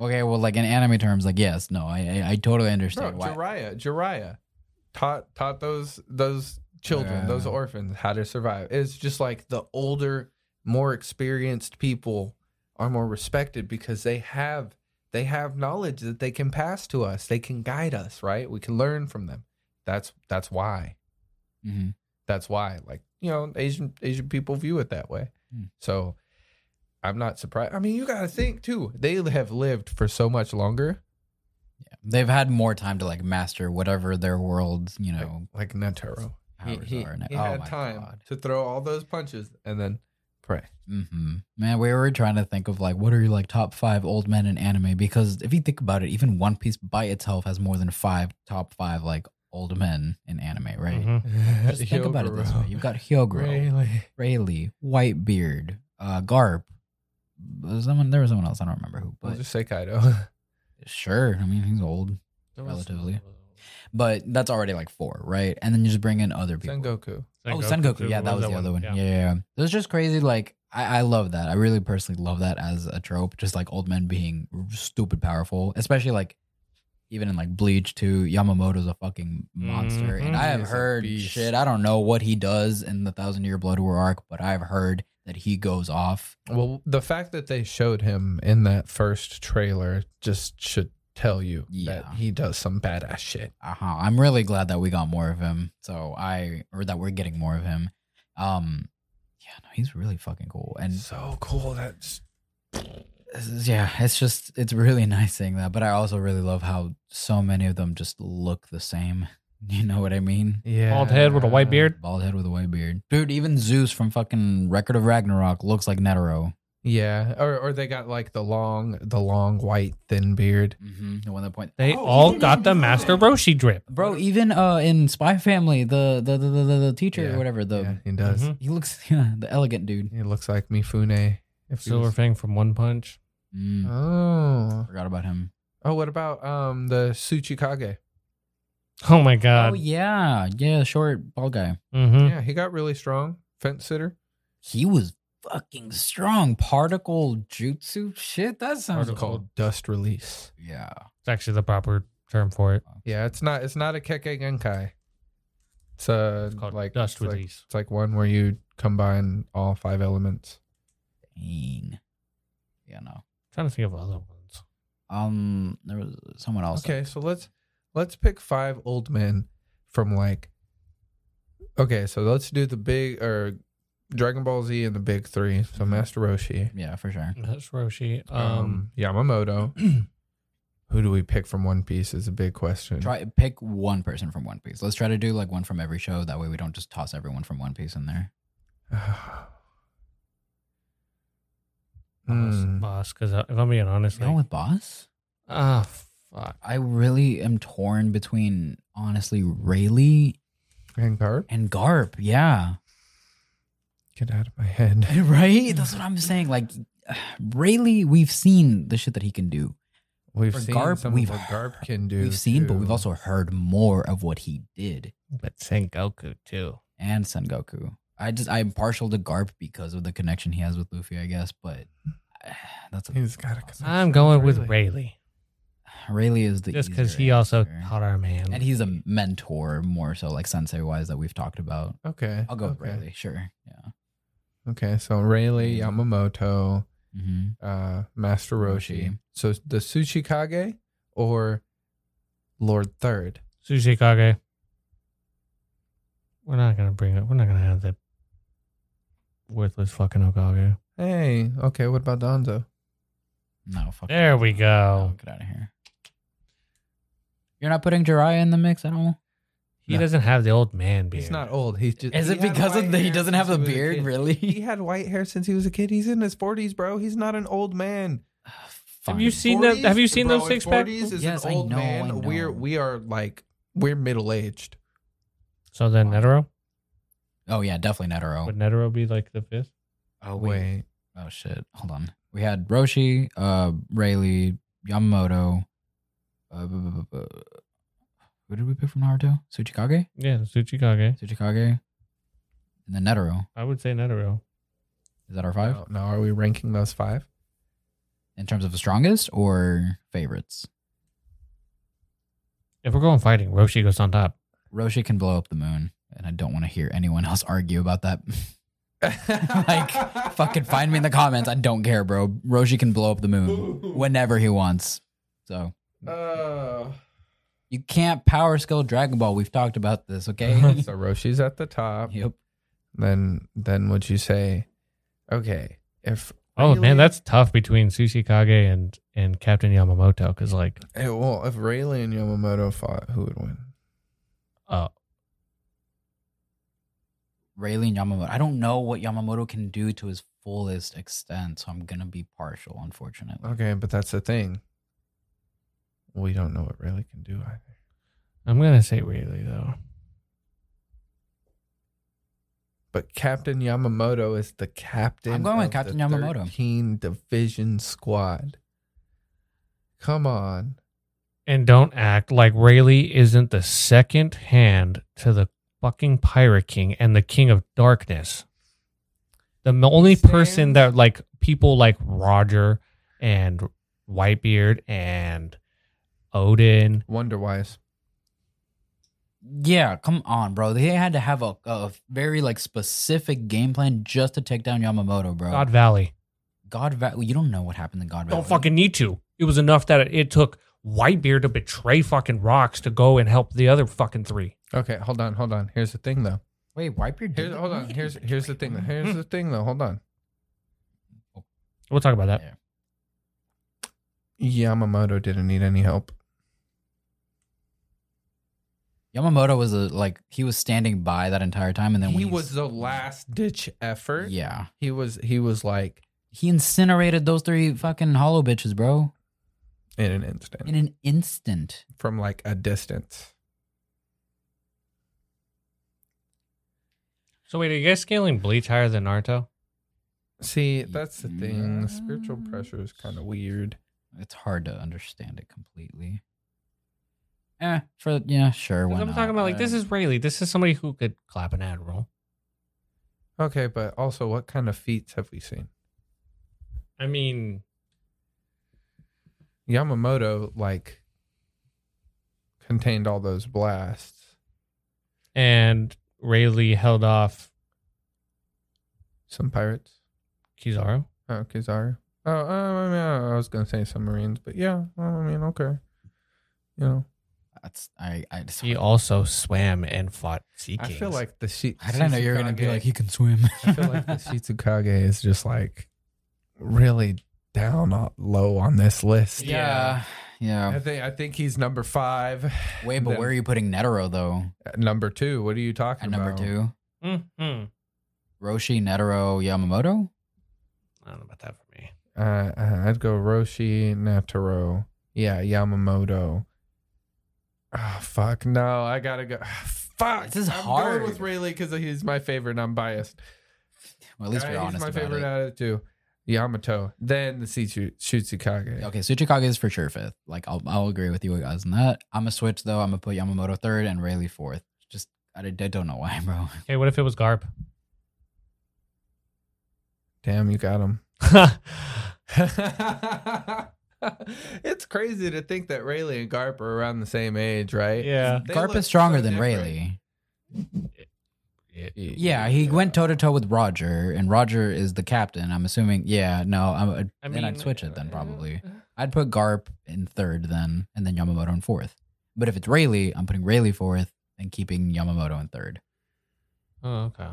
Speaker 2: Okay, well, like in anime terms, like yes, no, I I, I totally
Speaker 3: Bro,
Speaker 2: understand why.
Speaker 3: Jiraiya, Jiraiya taught taught those those children,
Speaker 2: Yeah.
Speaker 3: those orphans, how to survive. It's just like the older, more experienced people are more respected because they have They have knowledge that they can pass to us. They can guide us, right? We can learn from them. That's that's why.
Speaker 2: Mm-hmm.
Speaker 3: That's why. Like, you know, Asian Asian people view it that way.
Speaker 2: Hmm.
Speaker 3: So I'm not surprised. I mean, you gotta think too. They have lived for so much longer.
Speaker 2: Yeah. They've had more time to like master whatever their world's, you know,
Speaker 3: Like Netero. He,
Speaker 2: powers
Speaker 3: he,
Speaker 2: are. Oh and-
Speaker 3: he had time to throw all those punches and then pray.
Speaker 2: Mm-hmm. Man, we were trying to think of like what are your like top five old men in anime because if you think about it, even One Piece by itself has more than five top five like old men in anime, right?
Speaker 3: Mm-hmm.
Speaker 1: Mhm.
Speaker 2: Just think about it this way: you've got Hyogoro,
Speaker 3: Really?
Speaker 2: Rayleigh, Whitebeard, uh, Garp. Someone there was someone else I don't remember who,
Speaker 3: We'll
Speaker 2: but
Speaker 3: just say Kaido.
Speaker 2: sure. I mean, he's old, Relatively. but that's already like four, right? And then you just bring in other people.
Speaker 3: Sengoku.
Speaker 2: Oh, Sun Goku. Yeah, that was the other one. Yeah. yeah, yeah. It was just crazy. Like, I, I love that. I really personally love that as a trope. Just like old men being stupid powerful, especially like even in like Bleach too. Yamamoto's a fucking monster, and
Speaker 1: Mhm.
Speaker 2: I have
Speaker 3: He's a
Speaker 2: heard
Speaker 3: beast.
Speaker 2: shit. I don't know what he does in the Thousand Year Blood War arc, but I've heard that he goes off.
Speaker 3: Well, the fact that they showed him in that first trailer just should tell you
Speaker 2: Yeah.
Speaker 3: that he does some badass shit.
Speaker 2: Uh huh. I'm really glad that we got more of him. So I or that we're getting more of him. Um, yeah, no, he's really fucking cool, and
Speaker 3: So cool. That's
Speaker 2: This is- yeah, it's just it's really nice seeing that, but I also really love how so many of them just look the same. You know what I mean?
Speaker 3: yeah.
Speaker 1: Bald head with a white beard.
Speaker 2: Bald head with a white beard, dude. Even Zeus from fucking Record of Ragnarok looks like Netero.
Speaker 3: Yeah, or or they got like the long, the long white thin beard.
Speaker 2: Mm-hmm. The one that point,
Speaker 1: They all got the Master Roshi drip.
Speaker 2: bro. Even uh in Spy Family, the the the the, the, the teacher
Speaker 3: Yeah,
Speaker 2: or whatever, the mm-hmm.
Speaker 3: yeah, he does.
Speaker 1: Mhm.
Speaker 2: he looks yeah, the elegant dude.
Speaker 3: He looks like Mifune. If he
Speaker 1: Silver
Speaker 3: was-
Speaker 1: Fang from One Punch.
Speaker 2: Mm,
Speaker 3: Oh.
Speaker 2: forgot about him.
Speaker 3: Oh, what about um the Tsuchikage?
Speaker 1: Oh my
Speaker 2: oh
Speaker 1: god.
Speaker 2: yeah, yeah, short bald guy.
Speaker 1: Mm-hmm.
Speaker 3: Yeah, he got really strong. Fence sitter.
Speaker 2: He was fucking strong. Particle jutsu shit. That sounds
Speaker 1: Particle.
Speaker 2: cool.
Speaker 3: Called dust release.
Speaker 2: Yeah.
Speaker 1: It's actually the proper term for it.
Speaker 3: Yeah, it's not it's not a Kekkei Genkai. It's a
Speaker 1: It's called
Speaker 3: like
Speaker 1: dust
Speaker 3: it's like-
Speaker 1: release.
Speaker 3: it's like one where you combine all five elements.
Speaker 2: Dang. Yeah, no.
Speaker 1: trying to think of other ones.
Speaker 2: Um, there was someone else.
Speaker 3: Okay, so let's let's pick five old men from like Okay, so let's do the big or Dragon Ball Z and the big three.
Speaker 2: Mm-hmm.
Speaker 3: So Master Roshi,
Speaker 2: Yeah, for sure.
Speaker 1: That's Roshi.
Speaker 3: um,
Speaker 1: Um,
Speaker 3: Yamamoto. Who do we pick from One Piece is a big question.
Speaker 2: Try pick one person from One Piece. Let's try to do like one from every show. That way we don't just toss everyone from One Piece in there.
Speaker 3: Hmm.
Speaker 1: boss. Because if I'm being honest,
Speaker 2: Going
Speaker 1: like,
Speaker 2: with Boss?
Speaker 1: ah, fuck.
Speaker 2: I really am torn between honestly Rayleigh
Speaker 3: And Garp,
Speaker 2: and Garp. Yeah,
Speaker 3: get out of my head.
Speaker 2: right. That's what I'm saying. Like Rayleigh, we've seen the shit that he can do.
Speaker 3: We've
Speaker 2: For
Speaker 3: seen
Speaker 2: Garp,
Speaker 3: some
Speaker 2: we've
Speaker 3: of what Garp can do.
Speaker 2: We've seen, but
Speaker 3: too.
Speaker 2: we've also heard more of what he did.
Speaker 1: But Sengoku too.
Speaker 2: and Son Goku. I just I'm partial to Garp because of the connection he has with Luffy, I guess. But uh, that's a,
Speaker 3: He's got a connection
Speaker 1: I'm going with
Speaker 3: Rayleigh.
Speaker 1: Rayleigh.
Speaker 2: Rayleigh is the
Speaker 1: Just
Speaker 2: easier
Speaker 1: because he also
Speaker 2: answer.
Speaker 1: taught our man.
Speaker 2: and he's a mentor more so like sensei wise that we've talked about.
Speaker 3: Okay.
Speaker 2: I'll go with
Speaker 3: okay.
Speaker 2: Rayleigh, sure. Yeah.
Speaker 3: Okay, so Rayleigh, Yamamoto,
Speaker 2: hmm
Speaker 3: uh, Master Roshi.
Speaker 2: Roshi.
Speaker 3: So the Tsuchikage or Lord Third?
Speaker 1: Sushi Kage. We're not gonna bring it. We're not gonna have that worthless fucking Okage.
Speaker 3: Hey, okay, what about Donzo?
Speaker 2: No, fuck.
Speaker 1: There we
Speaker 2: No,
Speaker 1: go.
Speaker 2: get out of here. You're not putting Jiraiya in the mix at all.
Speaker 1: He
Speaker 3: No.
Speaker 1: doesn't have the old man beard.
Speaker 3: He's not old. He's just.
Speaker 2: Is
Speaker 3: he
Speaker 2: it
Speaker 3: had
Speaker 2: because
Speaker 3: white
Speaker 2: of the, he
Speaker 3: hair
Speaker 2: doesn't have
Speaker 3: since
Speaker 2: a
Speaker 3: he was
Speaker 2: beard?
Speaker 3: kid. He
Speaker 2: really?
Speaker 3: had white hair since he was a kid. He's in his forties, bro. He's not an old man.
Speaker 1: Have you
Speaker 2: Fine.
Speaker 1: seen that?
Speaker 3: 40s?
Speaker 1: Have you seen
Speaker 3: Bro,
Speaker 1: those
Speaker 3: in
Speaker 1: six pack?
Speaker 3: 40s is
Speaker 2: Yes,
Speaker 3: an
Speaker 2: I
Speaker 3: old
Speaker 2: know,
Speaker 3: man.
Speaker 2: I know.
Speaker 3: We're we are like we're middle aged.
Speaker 1: So then Netero
Speaker 2: Oh yeah, definitely Netero.
Speaker 1: would Netero be like the fifth?
Speaker 2: Oh
Speaker 3: Wait,
Speaker 2: Oh shit! Hold on. We had Roshi, uh, Rayleigh, Yamamoto. Uh, bu- bu- bu- bu- who did we pick from Naruto? Tsuchikage,
Speaker 1: Yeah, Sushi Kage.
Speaker 2: Tsuchikage, and then Netero.
Speaker 1: I would say Netero.
Speaker 2: Is that our five
Speaker 3: now, now are we ranking those five?
Speaker 2: in terms of the strongest or favorites?
Speaker 1: If we're going fighting, Roshi goes on top.
Speaker 2: Roshi can blow up the moon, and I don't want to hear anyone else argue about that. like, fucking find me in the comments. I don't care, bro. Roshi can blow up the moon whenever he wants. So
Speaker 3: Oh.
Speaker 2: you can't power skill Dragon Ball. We've talked about this, okay?
Speaker 3: so Roshi's at the top.
Speaker 2: yep.
Speaker 3: Then then would you say, okay, if
Speaker 1: Oh
Speaker 3: Rayleigh-
Speaker 1: man, that's tough between Sushi Kage and and Captain Yamamoto because like
Speaker 3: eh, well if Rayleigh and Yamamoto fought, who would win?
Speaker 1: uh
Speaker 2: Rayleigh and Yamamoto. I don't know what Yamamoto can do to his fullest extent, so I'm gonna be partial, unfortunately.
Speaker 3: Okay, but that's the thing. We don't know what Rayleigh can do either.
Speaker 1: I'm gonna say Rayleigh though.
Speaker 3: But Captain Yamamoto is the captain.
Speaker 2: I'm going with
Speaker 3: of
Speaker 2: Captain
Speaker 3: the
Speaker 2: Yamamoto.
Speaker 3: 13 division squad. Come on.
Speaker 1: And don't act like Rayleigh isn't the second hand to the fucking Pirate King and the King of Darkness. The m- only person
Speaker 3: Sans-
Speaker 1: that like people like Roger and Whitebeard and Odin
Speaker 3: Wonderwise.
Speaker 2: Yeah, come on, bro. They had to have a, a very like specific game plan just to take down Yamamoto, bro.
Speaker 1: God Valley.
Speaker 2: God Va- you don't know what happened to God Valley.
Speaker 1: Don't fucking need to. It was enough that it, it took Whitebeard to betray fucking Rocks to go and help the other fucking three.
Speaker 3: Okay, hold on, hold on. Here's the thing though.
Speaker 2: wait. Wipe your.
Speaker 3: Here's hold on. Here's here's the thing. though. Here's
Speaker 1: Hmm.
Speaker 3: the thing though. Hold on.
Speaker 1: We'll talk about that.
Speaker 2: Yeah.
Speaker 3: Yamamoto didn't need any help.
Speaker 2: Yamamoto was a, like he was standing by that entire time, and then
Speaker 3: he
Speaker 2: when
Speaker 3: was the last ditch effort.
Speaker 2: Yeah,
Speaker 3: He was he was like
Speaker 2: he incinerated those three fucking hollow bitches, bro,
Speaker 3: in an instant.
Speaker 2: in an instant.
Speaker 3: from like a distance.
Speaker 1: So wait, are you guys scaling Bleach higher than Naruto?
Speaker 3: See, that's the thing. The Spiritual
Speaker 2: Yes.
Speaker 3: pressure is kind of weird.
Speaker 2: It's hard to understand it completely. Eh, for yeah, sure. Why
Speaker 1: Because I'm
Speaker 2: not?
Speaker 1: talking about like this
Speaker 2: Uh,
Speaker 1: is Rayleigh. This is somebody who could clap an admiral.
Speaker 3: Okay, but also what kind of feats have we seen?
Speaker 1: I mean,
Speaker 3: Yamamoto like contained all those blasts.
Speaker 1: and Rayleigh held off
Speaker 3: Some pirates.
Speaker 1: Kizaru.
Speaker 3: Oh, Kizaru. Oh, uh, I mean, I was gonna say submarines, but yeah, well, I mean, okay. You know,
Speaker 2: That's I. I it's
Speaker 1: He
Speaker 2: hard.
Speaker 1: also swam and fought sea
Speaker 3: I
Speaker 1: kings.
Speaker 3: feel like the sheet.
Speaker 2: How did I know you're gonna be like he can swim?
Speaker 3: I feel like the Shitsukage is just like really down o- low on this list.
Speaker 2: yeah,
Speaker 3: I
Speaker 2: yeah.
Speaker 3: think I think he's number five.
Speaker 2: Wait, but
Speaker 3: Then-
Speaker 2: where are you putting Netero though?
Speaker 3: At Number two. What are you talking
Speaker 2: At number
Speaker 3: about?
Speaker 2: two,
Speaker 1: Mhm.
Speaker 2: Roshi, Netero, Yamamoto. I
Speaker 1: I don't know about that for me.
Speaker 3: Uh, uh, I'd go Roshi, Nataro. Yeah, Yamamoto. Oh, fuck. No, I gotta go. ah, Fuck.
Speaker 2: This is
Speaker 3: I'm
Speaker 2: hard.
Speaker 3: going with Rayleigh because he's my favorite and I'm biased.
Speaker 2: Well, at least
Speaker 3: Uh,
Speaker 2: we're honest
Speaker 3: He's my
Speaker 2: about
Speaker 3: favorite
Speaker 2: it.
Speaker 3: out of the two. Yamato. Then the Shichu- Shitsukage.
Speaker 2: Okay, Tsuchikage is for sure fifth. Like I'll, I'll agree with you guys on that. I'm gonna switch though. I'm gonna put Yamamoto third and Rayleigh fourth. Just I, d- I don't know why, bro.
Speaker 1: Okay, what if it was Garp?
Speaker 3: Damn, you got him.
Speaker 1: I
Speaker 3: it's crazy to think that Rayleigh and Garp are around the same age, right?
Speaker 1: Yeah.
Speaker 3: They
Speaker 2: Garp
Speaker 3: look
Speaker 2: is stronger
Speaker 3: so
Speaker 2: than
Speaker 3: different.
Speaker 2: Rayleigh. Yeah, he went toe to toe with Roger, and Roger is the captain. I'm assuming. Yeah, no, I'm, I then
Speaker 1: mean, uh,
Speaker 2: I'd switch it then probably. I'd put Garp in third then, and then Yamamoto in fourth. But if it's Rayleigh, I'm putting Rayleigh fourth and keeping Yamamoto in third.
Speaker 1: Oh, okay.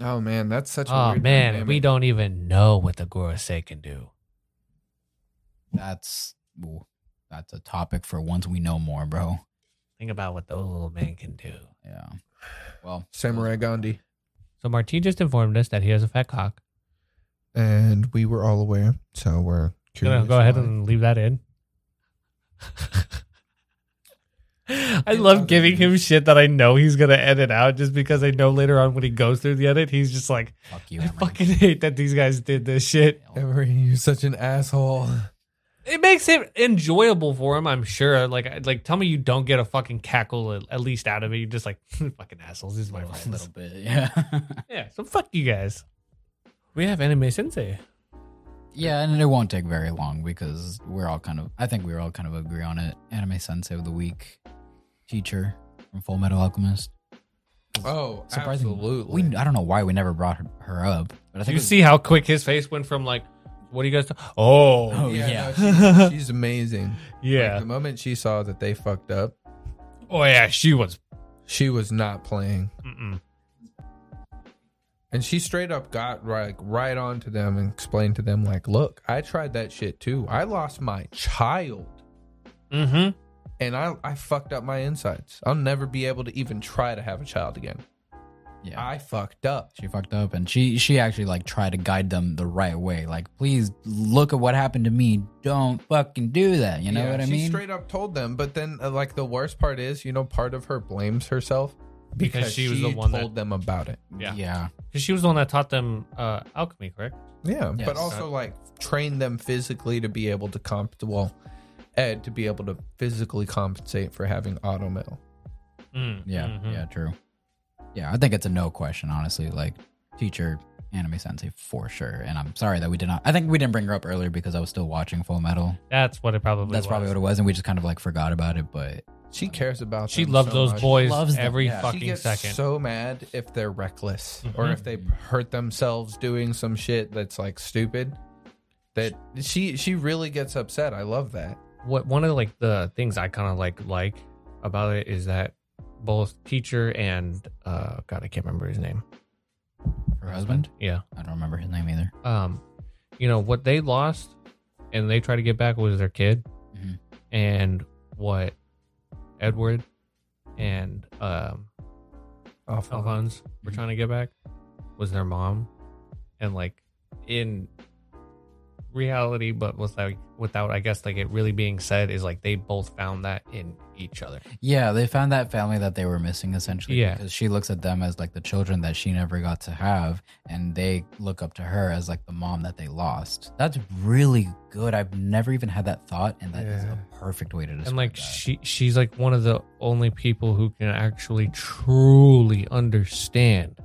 Speaker 3: Oh man, that's such. a
Speaker 1: Oh
Speaker 3: weird
Speaker 1: man,
Speaker 3: dynamic.
Speaker 1: we don't even know what the Gorosei can do.
Speaker 2: That's ooh, that's a topic for once we know more, bro.
Speaker 1: Think about what those little men can do.
Speaker 2: Yeah. Well,
Speaker 3: Samurai Gandhi,
Speaker 1: So Martin just informed us that he has a fat cock.
Speaker 3: and we were all aware, so we're.
Speaker 1: Gonna
Speaker 3: curious
Speaker 1: go ahead
Speaker 3: about it.
Speaker 1: and leave that in. I love giving him shit that I know he's gonna edit out just because I know later on when he goes through the edit, he's just like,
Speaker 2: Fuck you,
Speaker 1: I
Speaker 2: Emery.
Speaker 1: fucking hate that these guys did this shit.
Speaker 3: Emery, you're such an asshole.
Speaker 1: It makes it enjoyable for him, I'm sure. Like, I- like, tell me you don't get a fucking cackle at, at least out of it. You're just like, fucking assholes. These are my
Speaker 2: Well, a
Speaker 1: friends.
Speaker 2: little bit, yeah.
Speaker 1: Yeah, so fuck you guys. We have anime sensei.
Speaker 2: yeah, and it won't take very long because we're all kind of, I think we were all kind of agree on it. Anime Sensei of the Week, teacher from Full Metal Alchemist.
Speaker 3: Oh,
Speaker 2: Surprising.
Speaker 3: absolutely.
Speaker 2: We, I don't know why we never brought her, her up, but I
Speaker 1: Do
Speaker 2: think
Speaker 1: you see how quick his face went from like What do you guys? T- oh,
Speaker 2: Oh, yeah.
Speaker 3: no, she's, she's amazing. Like,
Speaker 1: yeah.
Speaker 3: the moment she saw that they fucked up,
Speaker 1: Oh yeah. She was.
Speaker 3: she was not playing,
Speaker 1: Mm-mm.
Speaker 3: and she straight up got like right on to them and explained to them like, "Look, I tried that shit too. I lost my child,
Speaker 1: Mm-hmm.
Speaker 3: and I I fucked up my insides. I'll never be able to even try to have a child again.
Speaker 2: Yeah.
Speaker 3: I fucked up.
Speaker 2: she fucked up and she she actually like tried to guide them the right way. Like, please look at what happened to me. Don't fucking do that. You know
Speaker 3: Yeah,
Speaker 2: what I
Speaker 3: she
Speaker 2: mean?
Speaker 3: straight up told them, but then uh, like the worst part is, you know, part of her blames herself
Speaker 1: Because she was the one that-
Speaker 3: told them about it.
Speaker 1: Yeah.
Speaker 2: yeah.
Speaker 1: Because she was the one that taught them uh, alchemy, correct?
Speaker 3: Yeah,
Speaker 2: Yes.
Speaker 3: but also like train them physically to be able to comp. Well, Ed to be able to physically compensate for having auto mail.
Speaker 1: Mm,
Speaker 2: Yeah,
Speaker 1: mhm.
Speaker 2: yeah, true. Yeah, I think it's a no question, honestly. Like teacher, anime sensei for sure. And I'm sorry that we did not. I think we didn't bring her up earlier because I was still watching Full Metal.
Speaker 1: That's what it probably. was.
Speaker 2: That's probably what it was, and we just kind of like forgot about it. But
Speaker 3: She cares about.
Speaker 1: She
Speaker 3: them
Speaker 1: loved
Speaker 3: so
Speaker 1: those
Speaker 3: much.
Speaker 1: boys
Speaker 2: Loves them,
Speaker 1: every
Speaker 2: yeah. She
Speaker 1: fucking
Speaker 3: she gets
Speaker 1: second.
Speaker 3: so mad if they're reckless or
Speaker 1: Mhm.
Speaker 3: if they hurt themselves doing some shit that's like stupid. That she she really gets upset. I love that.
Speaker 1: what one of like the things I kind of like like about it is that both teacher and uh God I can't remember his name.
Speaker 2: her husband,
Speaker 1: Yeah.
Speaker 2: I don't remember his name either.
Speaker 1: Um, you know what they lost, and they try to get back was their kid,
Speaker 2: Mhm.
Speaker 1: and what Edward and um
Speaker 3: Off
Speaker 1: Alphonse were
Speaker 2: Mhm.
Speaker 1: trying to get back was their mom, and like in reality, but with like without I guess like it really being said is like they both found that in each other.
Speaker 2: Yeah, they found that family that they were missing essentially.
Speaker 1: Yeah.
Speaker 2: because she looks at them as like the children that she never got to have, and they look up to her as like the mom that they lost. That's really good. I've never even had that thought, and that is
Speaker 3: Yeah.
Speaker 2: a perfect way to describe
Speaker 1: and like
Speaker 2: that.
Speaker 1: she she's like one of the only people who can actually truly understand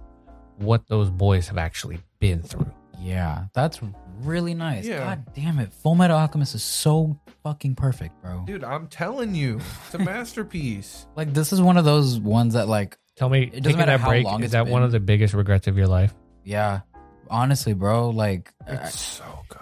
Speaker 1: what those boys have actually been through
Speaker 2: Yeah, that's really nice.
Speaker 3: Yeah.
Speaker 2: God damn it. Full Metal Alchemist is so fucking perfect, bro.
Speaker 3: Dude, I'm telling you, it's a masterpiece.
Speaker 2: Like, this is one of those ones that, like,
Speaker 1: tell me
Speaker 2: doesn't
Speaker 1: taking
Speaker 2: matter
Speaker 1: that
Speaker 2: how
Speaker 1: break
Speaker 2: long
Speaker 1: is
Speaker 2: it's
Speaker 1: that one
Speaker 2: been.
Speaker 1: of the biggest regrets of your life
Speaker 2: yeah, honestly, bro, like, I-
Speaker 3: It's so good.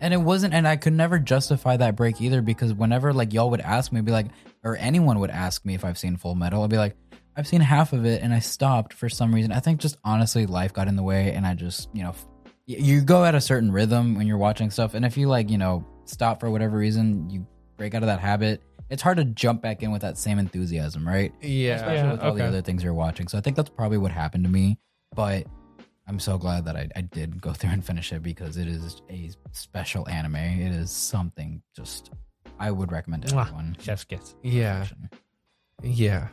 Speaker 2: and it wasn't, and I could never justify that break either because whenever, like, y'all would ask me, be like, or anyone would ask me if I've seen Full Metal, I'd be like, I've seen half of it and I stopped for some reason. I think just honestly, life got in the way, and I just, you know, f- y- you go at a certain rhythm when you're watching stuff, and if you, like, you know, stop for whatever reason, you break out of that habit. It's hard to jump back in with that same enthusiasm, right?
Speaker 3: Yeah.
Speaker 2: especially with all the
Speaker 1: okay.
Speaker 2: other things you're watching. So I think that's probably what happened to me. But I'm so glad that I, I did go through and finish it because it is a special anime. It is something just I would recommend to
Speaker 1: Mwah.
Speaker 2: everyone.
Speaker 1: chef's kiss
Speaker 3: Yeah. Yeah.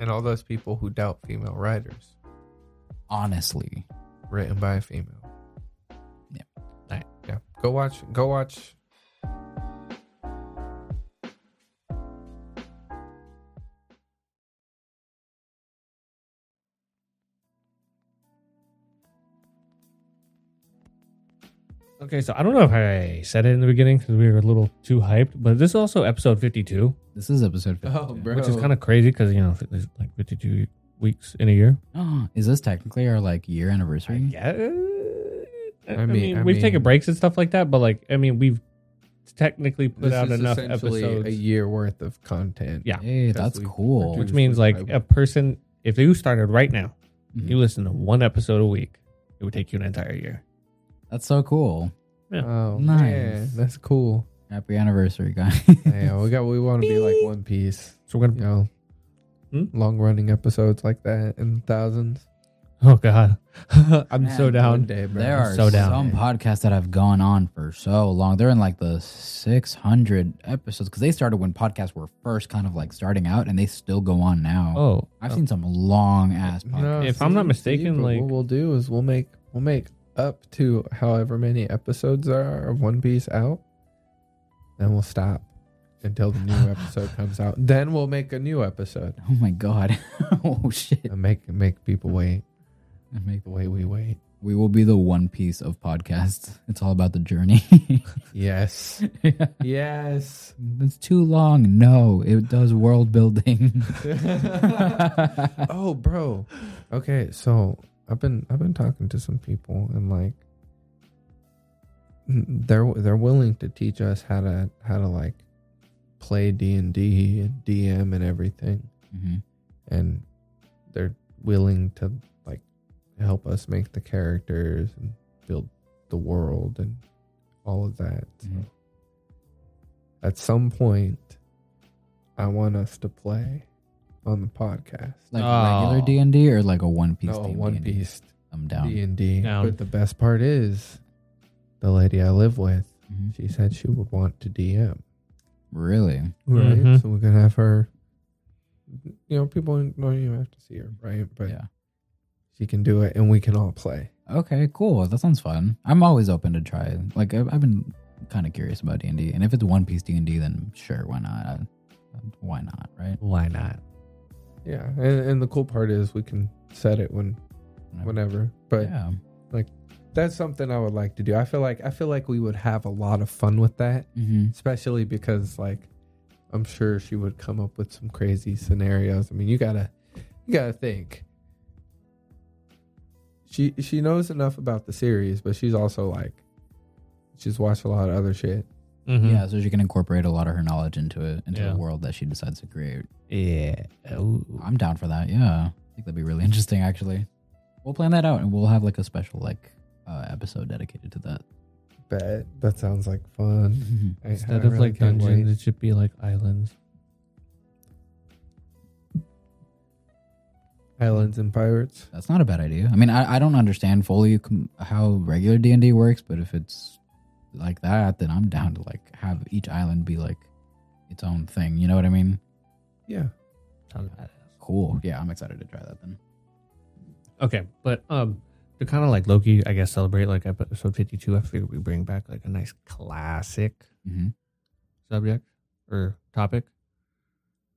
Speaker 3: And all those people who doubt female writers
Speaker 2: Honestly.
Speaker 3: written by a female.
Speaker 2: Yeah.
Speaker 1: Alright.
Speaker 3: Yeah. Go watch go watch
Speaker 1: okay so i don't know if i said it in the beginning because we were a little too hyped but this is also episode 52
Speaker 2: This is episode 50.
Speaker 1: which is kind of crazy because you know there's like 52 weeks in a year
Speaker 2: is this technically our like year anniversary?
Speaker 1: yeah i,
Speaker 3: I mean-
Speaker 1: mean,
Speaker 3: I
Speaker 1: we've
Speaker 3: mean-
Speaker 1: taken breaks and stuff like that but like i mean we've technically put
Speaker 3: this
Speaker 1: out
Speaker 3: is
Speaker 1: enough
Speaker 3: essentially
Speaker 1: episodes
Speaker 3: a year worth of content.
Speaker 1: Yeah.
Speaker 2: Hey,
Speaker 3: Because
Speaker 2: that's
Speaker 3: we
Speaker 2: cool.
Speaker 3: produced-
Speaker 1: which means like
Speaker 3: I- Mm-hmm.
Speaker 1: a person if you started right now
Speaker 2: Mhm.
Speaker 1: you listen to one episode a week it would take you an entire year
Speaker 2: That's so cool.
Speaker 3: Oh
Speaker 2: Nice.
Speaker 3: man, that's cool.
Speaker 2: Happy anniversary, guys.
Speaker 3: yeah, we got we want to be like One Piece,
Speaker 1: so we're
Speaker 3: you
Speaker 1: gonna
Speaker 3: know.
Speaker 1: Hmm?
Speaker 3: Long running episodes like that in thousands.
Speaker 1: oh god i'm
Speaker 2: Man,
Speaker 1: so
Speaker 3: One
Speaker 1: down
Speaker 3: day, bro.
Speaker 2: There are
Speaker 1: so down.
Speaker 2: some podcasts that have gone on for so long. They're in like the 600 episodes because they started when podcasts were first kind of like starting out and they still go on now.
Speaker 1: oh
Speaker 2: I've seen some long ass podcasts.
Speaker 3: No,
Speaker 1: If I'm not mistaken,
Speaker 3: but
Speaker 1: like-
Speaker 3: what we'll do is we'll make we'll make up to however many episodes there are of One Piece out, then we'll stop until the new episode comes out. Then we'll make a new episode
Speaker 2: Oh my God. oh shit.
Speaker 3: and make make people wait
Speaker 2: I make-
Speaker 3: the way we wait.
Speaker 2: We will be the one piece of podcasts. It's all about the journey.
Speaker 3: Yes, yes.
Speaker 2: It's too long. No, it does world building.
Speaker 3: oh, bro. Okay, so I've been I've been talking to some people and like they're they're willing to teach us how to how to like play D and D and DM and everything,
Speaker 2: hmm
Speaker 3: and they're willing to like help us make the characters and build the world and all of that. So
Speaker 2: Mhm.
Speaker 3: at some point, I want us to play on the podcast.
Speaker 2: Like
Speaker 1: Oh.
Speaker 2: regular D and D or like a One Piece.
Speaker 3: No,
Speaker 2: themed
Speaker 3: one
Speaker 2: D&D?
Speaker 3: piece
Speaker 2: I'm
Speaker 3: D
Speaker 2: down.
Speaker 3: and D.
Speaker 1: Down.
Speaker 3: But the best part is, the lady I live with,
Speaker 2: Mhm.
Speaker 3: she said she would want to DM.
Speaker 2: Really?
Speaker 3: right?
Speaker 1: Mhm.
Speaker 3: So we could have her. You know, people don't even have to see her, right? But
Speaker 2: yeah.
Speaker 3: she can do it, and we can all play.
Speaker 2: Okay, cool. That sounds fun. I'm always open to try. it. Like I've, I've been kind of curious about D and D, and if it's One Piece D and D, then sure, why not? I, why not? Right?
Speaker 1: Why not?
Speaker 3: Yeah, and, and the cool part is we can set it when whenever. But
Speaker 2: yeah.
Speaker 3: that's something I would like to do. I feel like I feel like we would have a lot of fun with that,
Speaker 2: Mm-hmm.
Speaker 3: especially because like I'm sure she would come up with some crazy scenarios. I mean, you gotta you gotta think. She she knows enough about the series, but she's also like she's watched a lot of other shit.
Speaker 1: Mhm.
Speaker 2: Yeah, so she can incorporate a lot of her knowledge into it, into
Speaker 1: Yeah.
Speaker 2: the world that she decides to create.
Speaker 1: Yeah. Ooh.
Speaker 2: I'm down for that. Yeah, I think that'd be really interesting. Actually, we'll plan that out, and we'll have like a special like uh, episode dedicated to that.
Speaker 3: Bet that sounds like fun.
Speaker 1: Mm-hmm.
Speaker 3: I- I
Speaker 1: Instead of
Speaker 3: really
Speaker 1: like
Speaker 3: can't
Speaker 1: dungeons,
Speaker 3: wait.
Speaker 1: it should be like islands.
Speaker 3: Islands and Pirates.
Speaker 2: That's not a bad idea. I mean, I, I don't understand fully com- how regular D and D works, but if it's like that, then I'm down to like have each island be like its own thing. You know what I mean?
Speaker 3: Yeah,
Speaker 1: Sounds badass.
Speaker 2: Cool. Yeah, I'm excited to try that then.
Speaker 1: Okay, but um, to kind of like Loki, I guess celebrate like episode fifty-two. I figured we bring back like a nice classic
Speaker 2: Mm-hmm.
Speaker 1: subject or topic.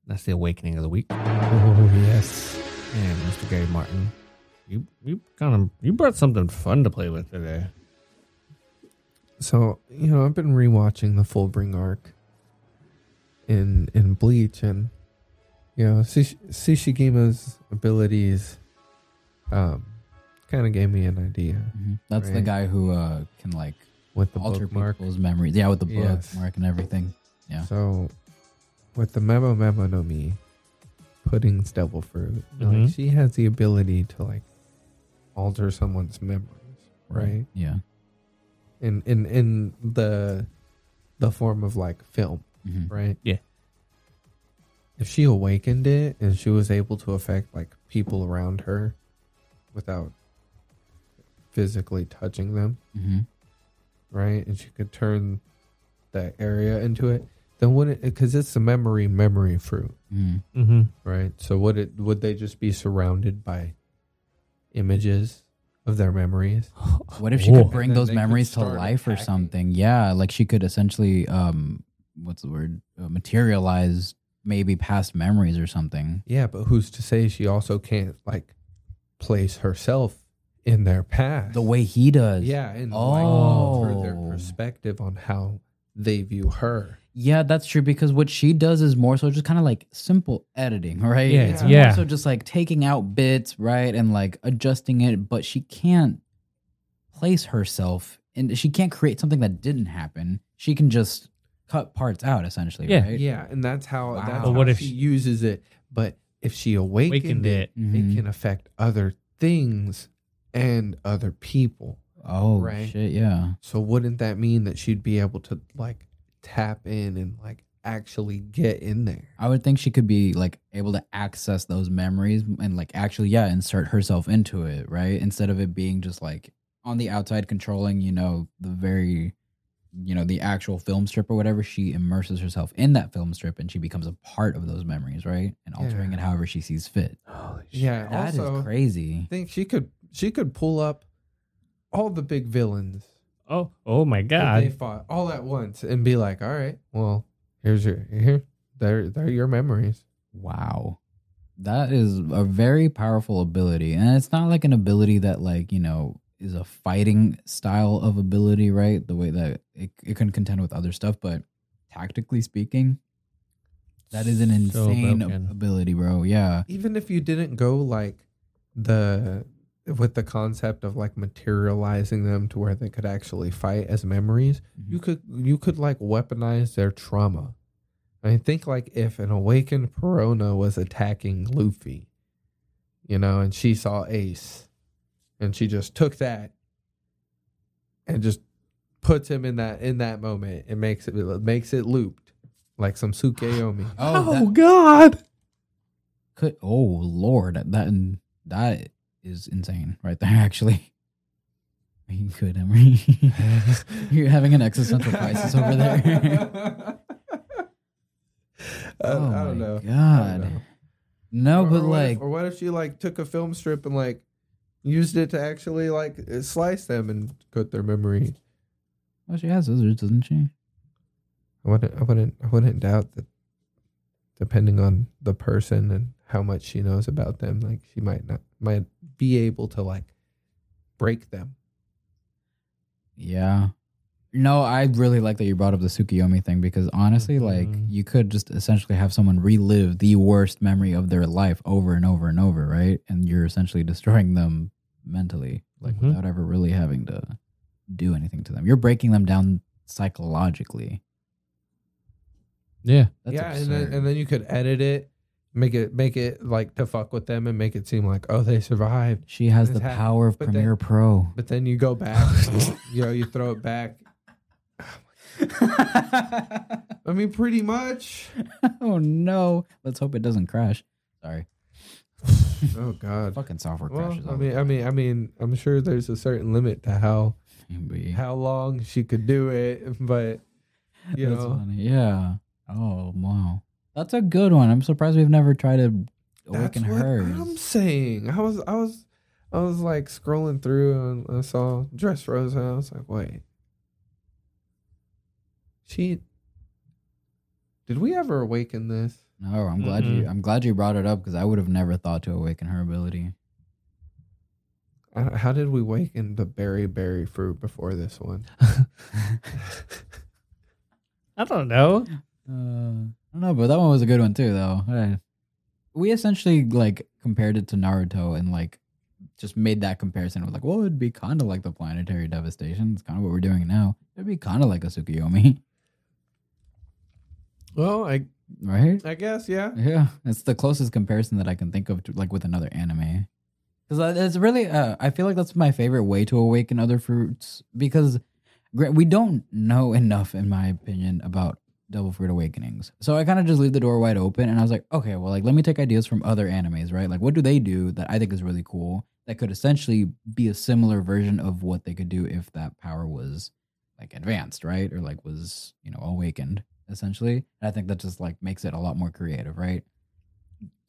Speaker 1: That's the awakening of the week.
Speaker 3: Oh yes.
Speaker 1: And Mr. Gary Martin, you you kind of you brought something fun to play with today.
Speaker 3: So you know, I've been rewatching the Fullbring arc in in Bleach, and you know, Sush- Sushigima's abilities um kind of gave me an idea
Speaker 2: Mm-hmm. That's the
Speaker 3: Right.
Speaker 2: guy who uh, can like
Speaker 3: with the
Speaker 2: alter
Speaker 3: bookmark.
Speaker 2: people's memories. Yeah, with the
Speaker 3: Yes.
Speaker 2: bookmark and everything. yeah.
Speaker 3: So with the Memo Memo no Mi, pudding's devil fruit.
Speaker 2: Mm-hmm.
Speaker 1: Mhm.
Speaker 3: Like she has the ability to like alter someone's memories, right?
Speaker 2: Yeah.
Speaker 3: in in in the the form of like film,
Speaker 2: Mhm.
Speaker 3: right?
Speaker 1: Yeah.
Speaker 3: If she awakened it and she was able to affect like people around her without physically touching them,
Speaker 2: Mhm.
Speaker 3: right? And she could turn that area into it, then wouldn't because it's a memory memory fruit,
Speaker 2: Mhm.
Speaker 1: Mm-hmm.
Speaker 3: right? So would it would they just be surrounded by images of their memories?
Speaker 2: What if she
Speaker 1: Oh.
Speaker 2: could bring
Speaker 3: And then
Speaker 2: those
Speaker 3: they could
Speaker 2: memories to
Speaker 3: start
Speaker 2: life or
Speaker 3: attacking.
Speaker 2: something? Yeah, like she could essentially, um, what's the word? Uh, materialize maybe past memories or something.
Speaker 3: Yeah, but who's to say she also can't like place herself in their past?
Speaker 2: The way he does.
Speaker 3: yeah, and like for
Speaker 2: Oh.
Speaker 3: their perspective on how they view her.
Speaker 2: Yeah, that's true because what she does is more so just kind of like simple editing, right?
Speaker 1: Yeah,
Speaker 2: It's
Speaker 1: yeah.
Speaker 2: more so just like taking out bits, right? And like adjusting it, but she can't place herself and she can't create something that didn't happen. She can just cut parts out essentially,
Speaker 1: Yeah.
Speaker 2: right?
Speaker 3: Yeah, and that's how
Speaker 2: Wow.
Speaker 3: that's
Speaker 2: But
Speaker 1: what
Speaker 3: how
Speaker 1: if
Speaker 3: she
Speaker 1: she-
Speaker 3: uses it. But if she awakened,
Speaker 1: Awakened
Speaker 3: it,
Speaker 1: it.
Speaker 2: Mhm.
Speaker 3: it can affect other things and other people.
Speaker 2: Oh,
Speaker 3: Right.
Speaker 2: shit, yeah.
Speaker 3: So wouldn't that mean that she'd be able to like tap in and like actually get in there?
Speaker 2: I would think she could be like able to access those memories and like actually, yeah, insert herself into it, right? Instead of it being just like on the outside controlling, you know, the very, you know, the actual film strip or whatever. She immerses herself in that film strip and she becomes a part of those memories, right? And altering
Speaker 3: Yeah.
Speaker 2: it however she sees fit.
Speaker 3: Yeah,
Speaker 2: That is
Speaker 3: also-
Speaker 2: crazy.
Speaker 3: think she could she could pull up all the big villains
Speaker 1: Oh, oh my
Speaker 3: that they
Speaker 1: God!
Speaker 3: fought all at once and be like, all right, well, here's your here they're they're your memories.
Speaker 2: Wow. That is a very powerful ability. And it's not like an ability that like, you know, is a fighting style of ability, right? The way that it, it can contend with other stuff, but tactically speaking, that is an
Speaker 1: So
Speaker 2: insane
Speaker 1: broken.
Speaker 2: ability, bro. Yeah.
Speaker 3: Even if you didn't go like the with the concept of like materializing them to where they could actually fight as memories, you could you could like weaponize their trauma. I think like if an awakened Perona was attacking Luffy, you know, and she saw Ace, and she just took that and just puts him in that in that moment and makes it makes it looped like some Sukeyomi.
Speaker 2: Oh, that
Speaker 3: God!
Speaker 2: could. Oh Lord, that that is insane right there. Actually, you could, Emery. You're having an existential crisis over there.
Speaker 3: I,
Speaker 2: oh
Speaker 3: I don't
Speaker 2: my
Speaker 3: know. I
Speaker 2: God.
Speaker 3: don't know.
Speaker 2: No,
Speaker 3: Or-
Speaker 2: but
Speaker 3: or what if-
Speaker 2: like,
Speaker 3: or what if she like took a film strip and like used it to actually like uh, slice them and cut their memory?
Speaker 2: well, Oh, she has scissors, doesn't she?
Speaker 3: I wouldn't. I wouldn't. I wouldn't doubt that. Depending on the person and how much she knows about them, like she might not might be able to like break them.
Speaker 2: Yeah. No, I really like that you brought up the Tsukiyomi thing because honestly, like
Speaker 3: Mhm.
Speaker 2: you could just essentially have someone relive the worst memory of their life over and over and over, right? And you're essentially destroying them mentally, like
Speaker 3: Mm-hmm.
Speaker 1: Mhm.
Speaker 2: without ever really having to do anything to them. You're breaking them down psychologically.
Speaker 1: Yeah.
Speaker 2: That's
Speaker 3: yeah, and
Speaker 2: absurd.
Speaker 3: then, and then you could edit it, make it make it like to fuck with them and make it seem like oh they survived,
Speaker 2: she has
Speaker 3: This
Speaker 2: the
Speaker 3: hap-
Speaker 2: power of
Speaker 3: but then-
Speaker 2: Premiere Pro.
Speaker 3: but then you go back, you know, you throw it back. I mean, pretty much.
Speaker 2: oh no! Let's hope it doesn't crash. Sorry,
Speaker 3: Oh God.
Speaker 2: fucking software
Speaker 3: Well,
Speaker 2: crashes.
Speaker 3: I
Speaker 2: all
Speaker 3: mean,
Speaker 2: the
Speaker 3: I mean, I mean, I'm sure there's a certain limit to how
Speaker 2: time, but yeah.
Speaker 3: how long she could do it, but you
Speaker 2: That's
Speaker 3: know,
Speaker 2: funny. Yeah. Oh wow. That's a good one. I'm surprised we've never tried to
Speaker 3: that's
Speaker 2: awaken
Speaker 3: what
Speaker 2: hers.
Speaker 3: I'm saying. I was, I was, I was like scrolling through and I saw Dress Rosa. I was like, wait, she. Did we ever awaken this?
Speaker 2: No, I'm glad you. I'm glad you brought it up because I would have never thought to awaken her ability.
Speaker 3: Uh, How did we awaken the berry berry fruit before this one?
Speaker 1: I don't know.
Speaker 2: Uh, I don't know, but that one was a good one too, though. Hey. We essentially like compared it to Naruto and like just made that comparison with like, well, it'd be kind of like the planetary devastation. It's kind of what we're doing now. It'd be kind of like a Tsukuyomi,
Speaker 3: Well, I,
Speaker 2: right?
Speaker 3: I guess yeah.
Speaker 2: Yeah, it's the closest comparison that I can think of, to, like with another anime. Because it's really, uh, I feel like that's my favorite way to awaken other fruits. Because gra- we don't know enough, in my opinion, about Devil Fruit Awakenings. So I kind of just leave the door wide open, and I was like, okay, well, like let me take ideas from other animes, right? Like, what do they do that I think is really cool that could essentially be a similar version of what they could do if that power was like advanced, right? Or like was, you know, awakened essentially. And I think that just like makes it a lot more creative, right?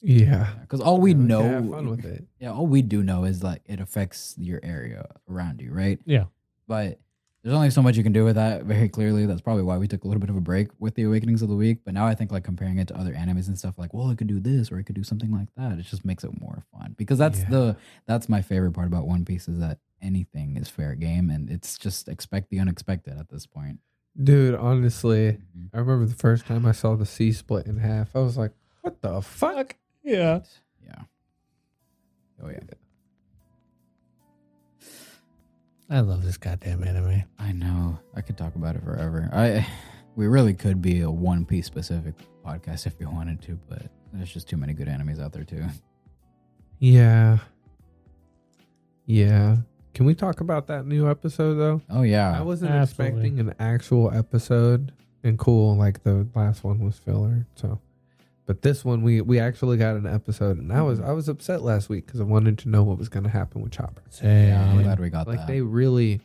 Speaker 3: Yeah,
Speaker 2: Because all we
Speaker 3: Yeah, can
Speaker 2: know,
Speaker 3: Have fun with it.
Speaker 2: yeah, all we do know is like it affects your area around you, right?
Speaker 1: Yeah.
Speaker 2: But there's only so much you can do with that. Very clearly, that's probably why we took a little bit of a break with the Awakenings of the Week. But now I think like comparing it to other animes and stuff, like well, it could do this or it could do something like that. It just makes it more fun because that's
Speaker 3: Yeah.
Speaker 2: the that's my favorite part about One Piece is that anything is fair game and it's just expect the unexpected at this point.
Speaker 3: Dude, honestly,
Speaker 2: Mm-hmm.
Speaker 3: I remember the first time I saw the sea split in half. I was like, what the fuck?
Speaker 1: Yeah.
Speaker 2: Yeah. Oh yeah.
Speaker 1: I love this goddamn anime.
Speaker 2: I know. I could talk about it forever. I we really could be a One Piece specific podcast if we wanted to, but there's just too many good animes out there too.
Speaker 3: Yeah. Yeah. Can we talk about that new episode though?
Speaker 2: Oh yeah.
Speaker 3: I wasn't
Speaker 1: Uh, Absolutely.
Speaker 3: expecting an actual episode and cool like the last one was filler. So but this one we we actually got an episode and I was
Speaker 1: Hmm.
Speaker 3: I was upset last week cuz I wanted to know what was going to happen with Chopper.
Speaker 2: yeah, I'm glad
Speaker 1: Damn.
Speaker 2: we got
Speaker 3: Like
Speaker 2: that.
Speaker 3: they really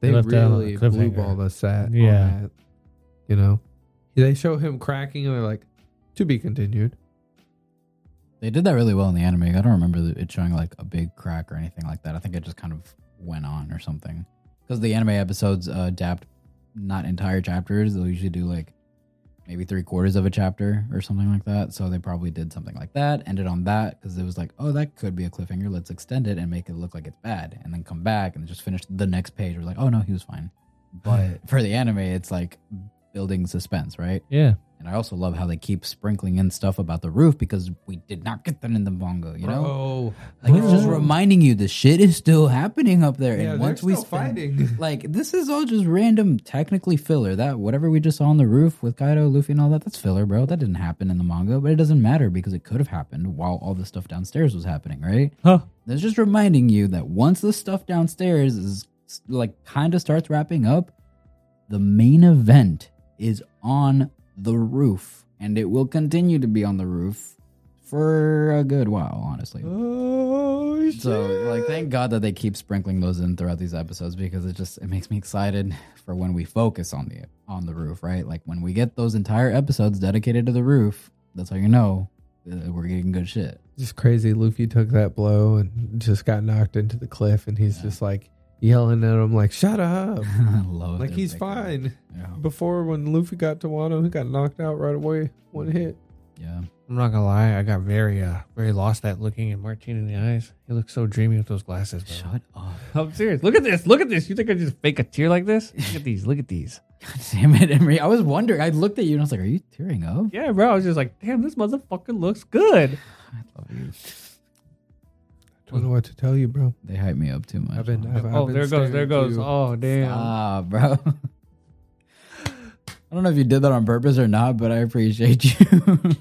Speaker 3: they,
Speaker 1: They left out on a
Speaker 3: really blue
Speaker 1: cliffhanger.
Speaker 3: balled us that on
Speaker 1: Yeah.
Speaker 3: that, you know. They show him cracking and they're like to be continued.
Speaker 2: They did that really well in the anime. I don't remember the- it showing like a big crack or anything like that. I think it just kind of went on or something. Because the anime episodes uh, adapt not entire chapters. They'll usually do like maybe three quarters of a chapter or something like that. So they probably did something like that, ended on that because it was like, oh, that could be a cliffhanger. Let's extend it and make it look like it's bad, and then come back and just finish the next page. We're like, oh no, he was fine. But for the anime, it's like building suspense, right?
Speaker 1: Yeah.
Speaker 2: And I also love how they keep sprinkling in stuff about the roof because we did not get that in the manga, you know?
Speaker 3: Bro.
Speaker 2: Like it's just
Speaker 3: Bro.
Speaker 2: reminding you the shit is still happening up there.
Speaker 3: Yeah,
Speaker 2: and
Speaker 3: they're
Speaker 2: once we
Speaker 3: still
Speaker 2: spend-
Speaker 3: fighting.
Speaker 2: like this is all just random technically filler. That whatever we just saw on the roof with Kaido, Luffy, and all that, that's filler, bro. That didn't happen in the manga, but it doesn't matter because it could have happened while all the stuff downstairs was happening, right?
Speaker 1: Huh.
Speaker 2: That's just reminding you that once the stuff downstairs is like kind of starts wrapping up, the main event is on the roof, and it will continue to be on the roof for a good while, honestly.
Speaker 3: Oh shit.
Speaker 2: So like thank God that they keep sprinkling those in throughout these episodes because it just it makes me excited for when we focus on the on the roof, right? Like when we get those entire episodes dedicated to the roof, that's how you know uh, we're getting good shit.
Speaker 3: just crazy Luffy took that blow and just got knocked into the cliff and he's
Speaker 2: Yeah.
Speaker 3: just like yelling at him like shut up.
Speaker 2: I love
Speaker 3: like
Speaker 2: their
Speaker 3: he's
Speaker 2: big-
Speaker 3: fine.
Speaker 2: Yeah.
Speaker 3: Before when Luffy got to Wano, he got knocked out right away. One hit.
Speaker 2: yeah.
Speaker 1: I'm not gonna lie, I got very uh very lost at looking at Martin in the eyes. He looks so dreamy with those glasses, bro.
Speaker 2: Shut up.
Speaker 1: I'm serious. Look at this. Look at this. You think I just fake a tear like this? Look at these. Look at these.
Speaker 2: God damn it, Emery. I was wondering. I looked at you and I was like, Are you tearing up?
Speaker 1: Yeah, bro. I was just like, damn, this motherfucker looks good.
Speaker 2: I love you.
Speaker 3: Don't know what to tell you, bro.
Speaker 2: They hype me up too much.
Speaker 3: I've been. I've, I've
Speaker 1: oh,
Speaker 3: been
Speaker 1: there goes. There
Speaker 3: staring
Speaker 1: goes.
Speaker 3: too.
Speaker 1: Oh, damn.
Speaker 2: Ah, bro. I don't know if you did that on purpose or not, but I appreciate you.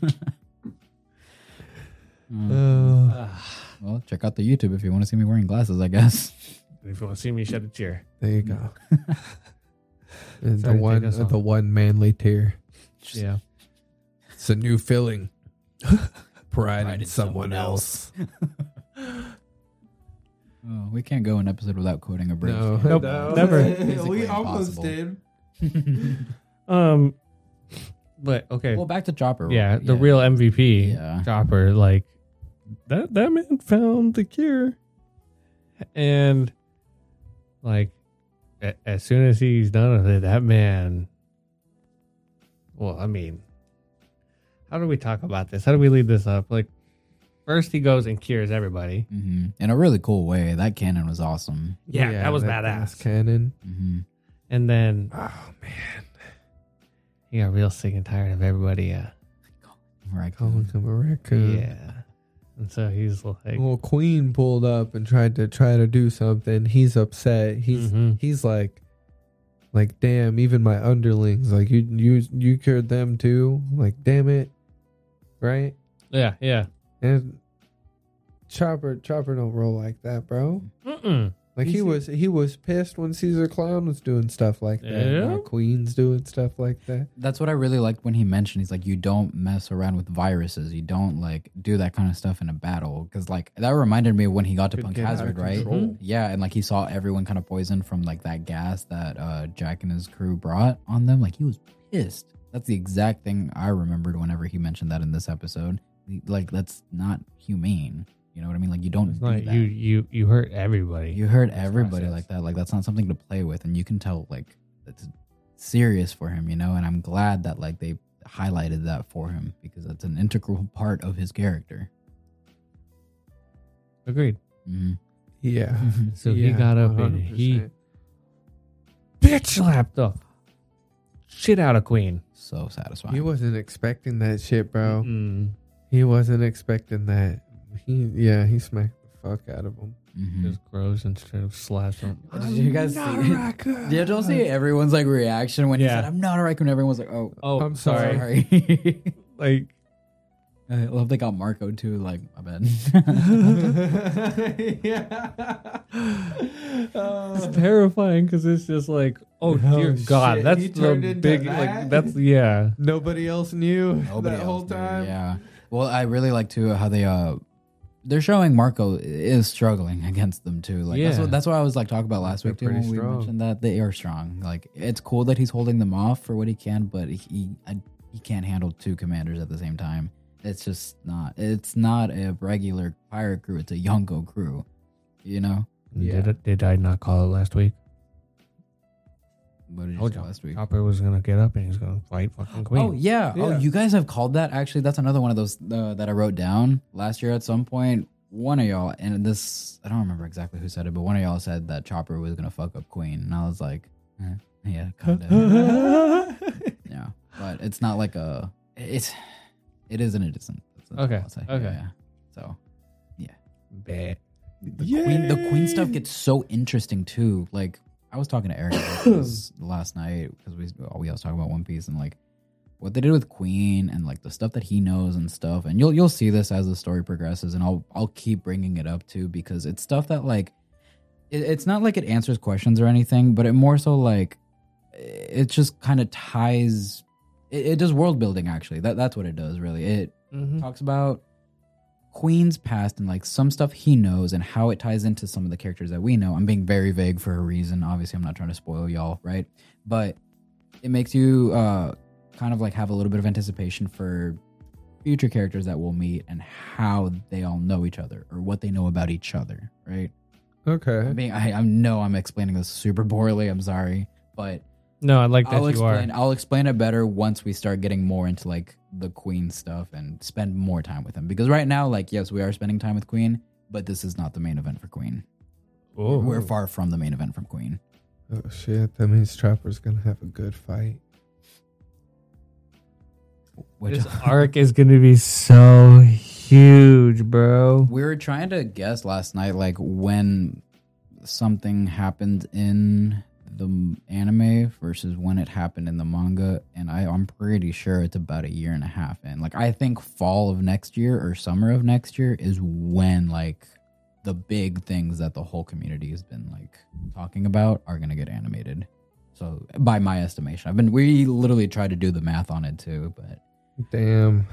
Speaker 2: Mm.
Speaker 3: Uh,
Speaker 2: well, check out the YouTube if you want to see me wearing glasses, I guess.
Speaker 1: if you want to see me shed a tear,
Speaker 3: there you go. And
Speaker 1: Sorry to
Speaker 3: the one,
Speaker 1: take us
Speaker 3: the
Speaker 1: off.
Speaker 3: one manly tear.
Speaker 1: yeah.
Speaker 3: It's a new feeling. Pride, in someone, else.
Speaker 2: Oh, we can't go an episode without quoting a brief.
Speaker 3: No,
Speaker 1: Nope,
Speaker 3: no.
Speaker 1: never.
Speaker 2: Physically
Speaker 3: we almost
Speaker 2: impossible.
Speaker 3: did.
Speaker 1: Um, but okay.
Speaker 2: Well, back to Chopper.
Speaker 1: yeah, the real MVP,
Speaker 2: Yeah.
Speaker 1: Chopper. Like that. That man found the cure, and like a- as soon as he's done with it, that man. Well, I mean, how do we talk about this? How do we lead this up? Like, first he goes and cures everybody.
Speaker 2: hmm In a really cool way. That cannon was awesome.
Speaker 1: Yeah, that was badass.
Speaker 3: thing's Cannon.
Speaker 2: hmm
Speaker 1: And then
Speaker 3: Oh man,
Speaker 1: he got real sick and tired of everybody. Uh,
Speaker 2: Right.
Speaker 3: calling him a raccoon.
Speaker 1: yeah. And so he's like,
Speaker 3: Well, Queen pulled up and tried to try to do something. He's upset. He's
Speaker 1: Mhm.
Speaker 3: he's like, like damn. Even my underlings, like you you you cured them too. Like damn it, right?
Speaker 1: yeah, yeah.
Speaker 3: And Chopper Chopper don't roll like that, bro.
Speaker 1: Mm-mm.
Speaker 3: Like he was he was pissed when Caesar Clown was doing stuff like that.
Speaker 1: Yeah.
Speaker 3: Now Queen's doing stuff like that.
Speaker 2: That's what I really liked when he mentioned. He's like, you don't mess around with viruses. You don't like do that kind of stuff in a battle. Because like that reminded me of when he got to
Speaker 3: Could
Speaker 2: Punk
Speaker 3: get out of
Speaker 2: Hazard, right?
Speaker 1: Mm-hmm.
Speaker 3: control.
Speaker 2: Yeah, and like he saw everyone kind of poisoned from like that gas that uh, Jack and his crew brought on them. Like he was pissed. That's the exact thing I remembered whenever he mentioned that in this episode. Like that's not humane. You know what I mean? Like you don't
Speaker 1: It's
Speaker 2: do
Speaker 1: not
Speaker 2: that.
Speaker 1: you. You you hurt everybody.
Speaker 2: You hurt
Speaker 1: That's
Speaker 2: everybody
Speaker 1: nonsense.
Speaker 2: like that. Like that's not something to play with, and you can tell like it's serious for him, you know. And I'm glad that like they highlighted that for him because that's an integral part of his character.
Speaker 1: Agreed.
Speaker 2: Mhm.
Speaker 3: Yeah.
Speaker 1: So he
Speaker 3: Yeah,
Speaker 1: got up and he bitch slapped the shit out of Queen.
Speaker 2: so satisfying.
Speaker 3: he wasn't expecting that shit, bro.
Speaker 1: Mm.
Speaker 3: He wasn't expecting that. He yeah, he smacked the fuck out of him.
Speaker 2: Mhm.
Speaker 1: Just gross instead of slash him.
Speaker 2: Did you guys see? Did you all see everyone's like reaction when he
Speaker 1: Yeah.
Speaker 2: said, "I'm not a raccoon"? Everyone's like, "Oh,
Speaker 1: Oh,
Speaker 3: I'm
Speaker 1: I'm
Speaker 3: sorry.
Speaker 1: sorry. Like
Speaker 2: sorry." I love they got Marco too. Like, my bad.
Speaker 3: yeah.
Speaker 1: it's terrifying because it's just like, oh,
Speaker 3: Oh,
Speaker 1: dear God,
Speaker 3: shit.
Speaker 1: that's
Speaker 3: He turned
Speaker 1: the
Speaker 3: into
Speaker 1: big
Speaker 3: that?
Speaker 1: like that's yeah.
Speaker 3: Nobody else knew
Speaker 2: Nobody
Speaker 3: that
Speaker 2: else
Speaker 3: whole
Speaker 2: knew,
Speaker 3: time.
Speaker 2: Yeah. Well, I really like too how they uh they're showing Marco is struggling against them too. Like that's
Speaker 1: Yeah.
Speaker 2: what that's what I was like talking about last
Speaker 3: They're
Speaker 2: week too
Speaker 3: pretty
Speaker 2: when we
Speaker 3: strong.
Speaker 2: mentioned that they are strong. Like it's cool that he's holding them off for what he can, but he I, he can't handle two commanders at the same time. It's just not. It's not a regular pirate crew. It's a Yonko crew. You know.
Speaker 3: Yeah.
Speaker 1: Did did I not call it last week?
Speaker 2: What did you
Speaker 1: Told
Speaker 2: say
Speaker 1: you.
Speaker 2: last week?
Speaker 1: Chopper was gonna get up and he's gonna fight fucking Queen.
Speaker 2: Oh yeah.
Speaker 3: Yeah.
Speaker 2: Oh, you guys have called that. Actually, that's another one of those uh, that I wrote down last year at some point. One of y'all, and this I don't remember exactly who said it, but one of y'all said that Chopper was gonna fuck up Queen, and I was like, eh, yeah, kind of. yeah. But it's not like a it's it is and it isn't. That's- that's
Speaker 1: Okay,
Speaker 2: all I'll say.
Speaker 1: okay.
Speaker 2: Yeah, yeah. So
Speaker 3: Bad.
Speaker 2: the queen the queen stuff gets so interesting too. Like I was talking to Eric about this last night because we all we always talk about One Piece and like what they did with Queen and like the stuff that he knows and stuff. And you'll you'll see this as the story progresses, and I'll I'll keep bringing it up too because it's stuff that like it, it's not like it answers questions or anything, but it more so like it just kind of ties. It, it does world building actually. That that's what it does really. It
Speaker 1: Mm-hmm.
Speaker 2: talks about Queen's past and like some stuff he knows and how it ties into some of the characters that we know. I'm being very vague for a reason. Obviously, I'm not trying to spoil y'all, right? But it makes you uh, kind of like have a little bit of anticipation for future characters that we'll meet and how they all know each other or what they know about each other, right? I
Speaker 3: Okay.
Speaker 2: mean, I, I know I'm explaining this super poorly. I'm sorry, but
Speaker 1: No, I like that
Speaker 2: I'll
Speaker 1: you
Speaker 2: explain.
Speaker 1: are.
Speaker 2: I'll explain it better once we start getting more into like the Queen stuff and spend more time with him. Because right now, like, yes, we are spending time with Queen, but this is not the main event for Queen.
Speaker 3: Oh,
Speaker 2: We're far from the main event from Queen.
Speaker 3: Oh shit! That means Chopper's gonna have a good fight.
Speaker 2: Which
Speaker 1: this arc is going to be so huge, bro.
Speaker 2: we were trying to guess last night, like when something happened in the m- anime versus when it happened in the manga, and I, I'm pretty sure it's about a year and a half. And like, I think fall of next year or summer of next year is when like the big things that the whole community has been like talking about are gonna get animated. So by my estimation, I've been we literally tried to do the math on it too, but
Speaker 3: Damn,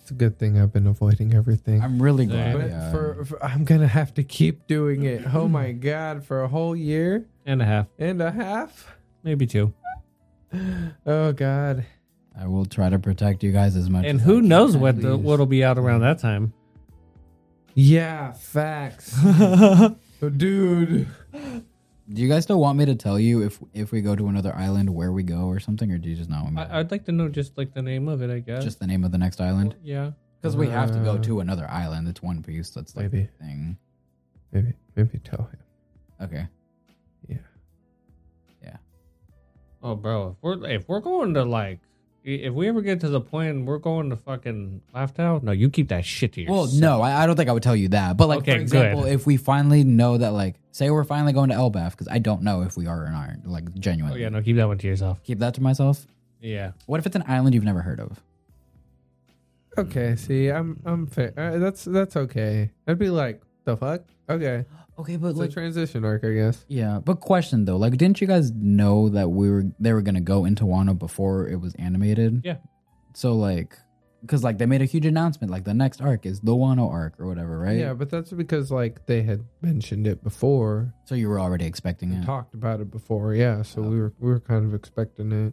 Speaker 3: it's a good thing I've been avoiding everything.
Speaker 2: I'm uh, really glad.
Speaker 1: Same.
Speaker 3: but
Speaker 2: yeah.
Speaker 3: for, for I'm gonna have to keep doing it. Oh my god, for a whole year
Speaker 1: And a half,
Speaker 3: and a half.
Speaker 1: maybe two.
Speaker 3: Oh god.
Speaker 2: I will try to protect you guys as much.
Speaker 1: And
Speaker 2: as I
Speaker 1: who
Speaker 2: can.
Speaker 1: knows what the,
Speaker 3: please.
Speaker 1: what'll be out around that time?
Speaker 3: Yeah, facts,
Speaker 2: Do
Speaker 3: dude.
Speaker 2: you guys still want me to tell you if if we go to another island where we go or something, or do you just not want me?
Speaker 1: I, I'd like to know just like the name of it, I guess.
Speaker 2: just the name of the next island
Speaker 1: yeah.
Speaker 2: because we have to go
Speaker 3: Uh,
Speaker 2: to another island. It's One Piece. That's like
Speaker 3: maybe.
Speaker 2: the thing.
Speaker 3: Maybe, maybe tell him.
Speaker 2: Okay.
Speaker 3: Yeah.
Speaker 1: Oh, bro, if we're if we're going to like, i- if we ever get to the point we're going to fucking Laugh Out, no, you keep that shit to
Speaker 2: Well,
Speaker 1: yourself.
Speaker 2: no, I, I don't think I would tell you that. But like
Speaker 1: Okay,
Speaker 2: for example,
Speaker 1: good.
Speaker 2: if we finally know that, like, say we're finally going to Elbaf, because I don't know if we are or aren't. Like,
Speaker 1: oh
Speaker 2: genuinely.
Speaker 1: yeah, no, keep that one to yourself.
Speaker 2: Keep that to myself.
Speaker 1: Yeah,
Speaker 2: What if it's an island you've never heard of?
Speaker 3: Okay, see, I'm I'm fair. Uh, that's that's okay. I'd be like, the fuck. Okay,
Speaker 2: Okay, but
Speaker 3: it's a transition arc, I guess.
Speaker 2: Yeah, but question though, like, didn't you guys know that we were they were gonna go into Wano before it was animated?
Speaker 1: Yeah.
Speaker 2: So like, because like they made a huge announcement, like the next arc is the Wano arc or whatever, right?
Speaker 3: Yeah, but that's because like they had mentioned it before,
Speaker 2: So you were already expecting
Speaker 3: and
Speaker 2: it.
Speaker 3: talked about it before. Yeah, so
Speaker 2: Oh.
Speaker 3: we were we were kind of expecting it.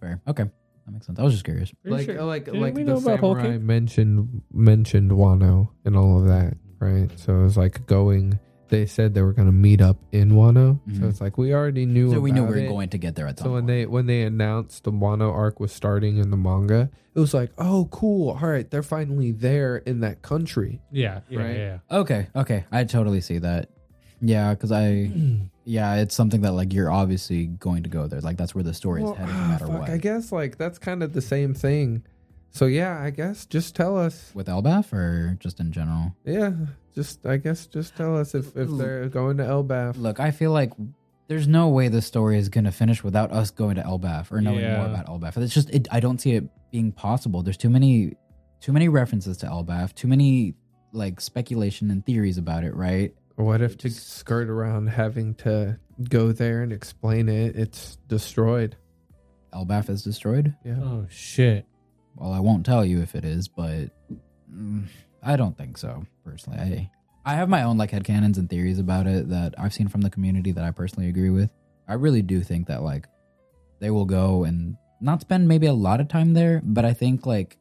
Speaker 2: Fair. Okay, that makes sense. I was just curious.
Speaker 1: Pretty
Speaker 3: like uh,
Speaker 1: sure-
Speaker 3: like
Speaker 1: Didn't
Speaker 3: like
Speaker 1: we
Speaker 3: the
Speaker 1: know about Whole
Speaker 3: samurai
Speaker 1: Cake?
Speaker 3: mentioned mentioned Wano and all of that, right? So it was like going. They said they were going to meet up in Wano, so
Speaker 2: Mhm.
Speaker 3: it's like we already knew.
Speaker 2: So we knew
Speaker 3: about
Speaker 2: we were
Speaker 3: it.
Speaker 2: going to get there at some
Speaker 3: So when
Speaker 2: point.
Speaker 3: they when they announced the Wano arc was starting in the manga, it was like, oh, cool! All right, they're finally there in that country.
Speaker 1: yeah, yeah,
Speaker 3: Right.
Speaker 1: yeah.
Speaker 2: okay, okay, I totally see that. Yeah, because I, yeah, it's something that like you're obviously going to go there. Like that's where the story
Speaker 3: Well,
Speaker 2: is headed, no
Speaker 3: ah,
Speaker 2: matter
Speaker 3: fuck,
Speaker 2: what.
Speaker 3: I guess like that's kind of the same thing. So yeah, I guess just tell us.
Speaker 2: With Elbaf or just in general.
Speaker 3: Yeah, just I guess just tell us if if
Speaker 2: L-
Speaker 3: they're going to Elbaf.
Speaker 2: Look, I feel like there's no way this story is going to finish without us going to Elbaf or knowing
Speaker 1: Yeah.
Speaker 2: more about Elbaf. It's just it, I don't see it being possible. There's too many too many references to Elbaf, too many like speculation and theories about it, right?
Speaker 3: What if
Speaker 2: It
Speaker 3: to
Speaker 2: just-
Speaker 3: skirt around having to go there and explain it? It's destroyed.
Speaker 2: Elbaf is destroyed.
Speaker 3: Yeah.
Speaker 1: Oh shit.
Speaker 2: Well, I won't tell you if it is, but mm, I don't think so personally. I I have my own like headcanons and theories about it that I've seen from the community that I personally agree with. I really do think that like they will go and not spend maybe a lot of time there, but I think like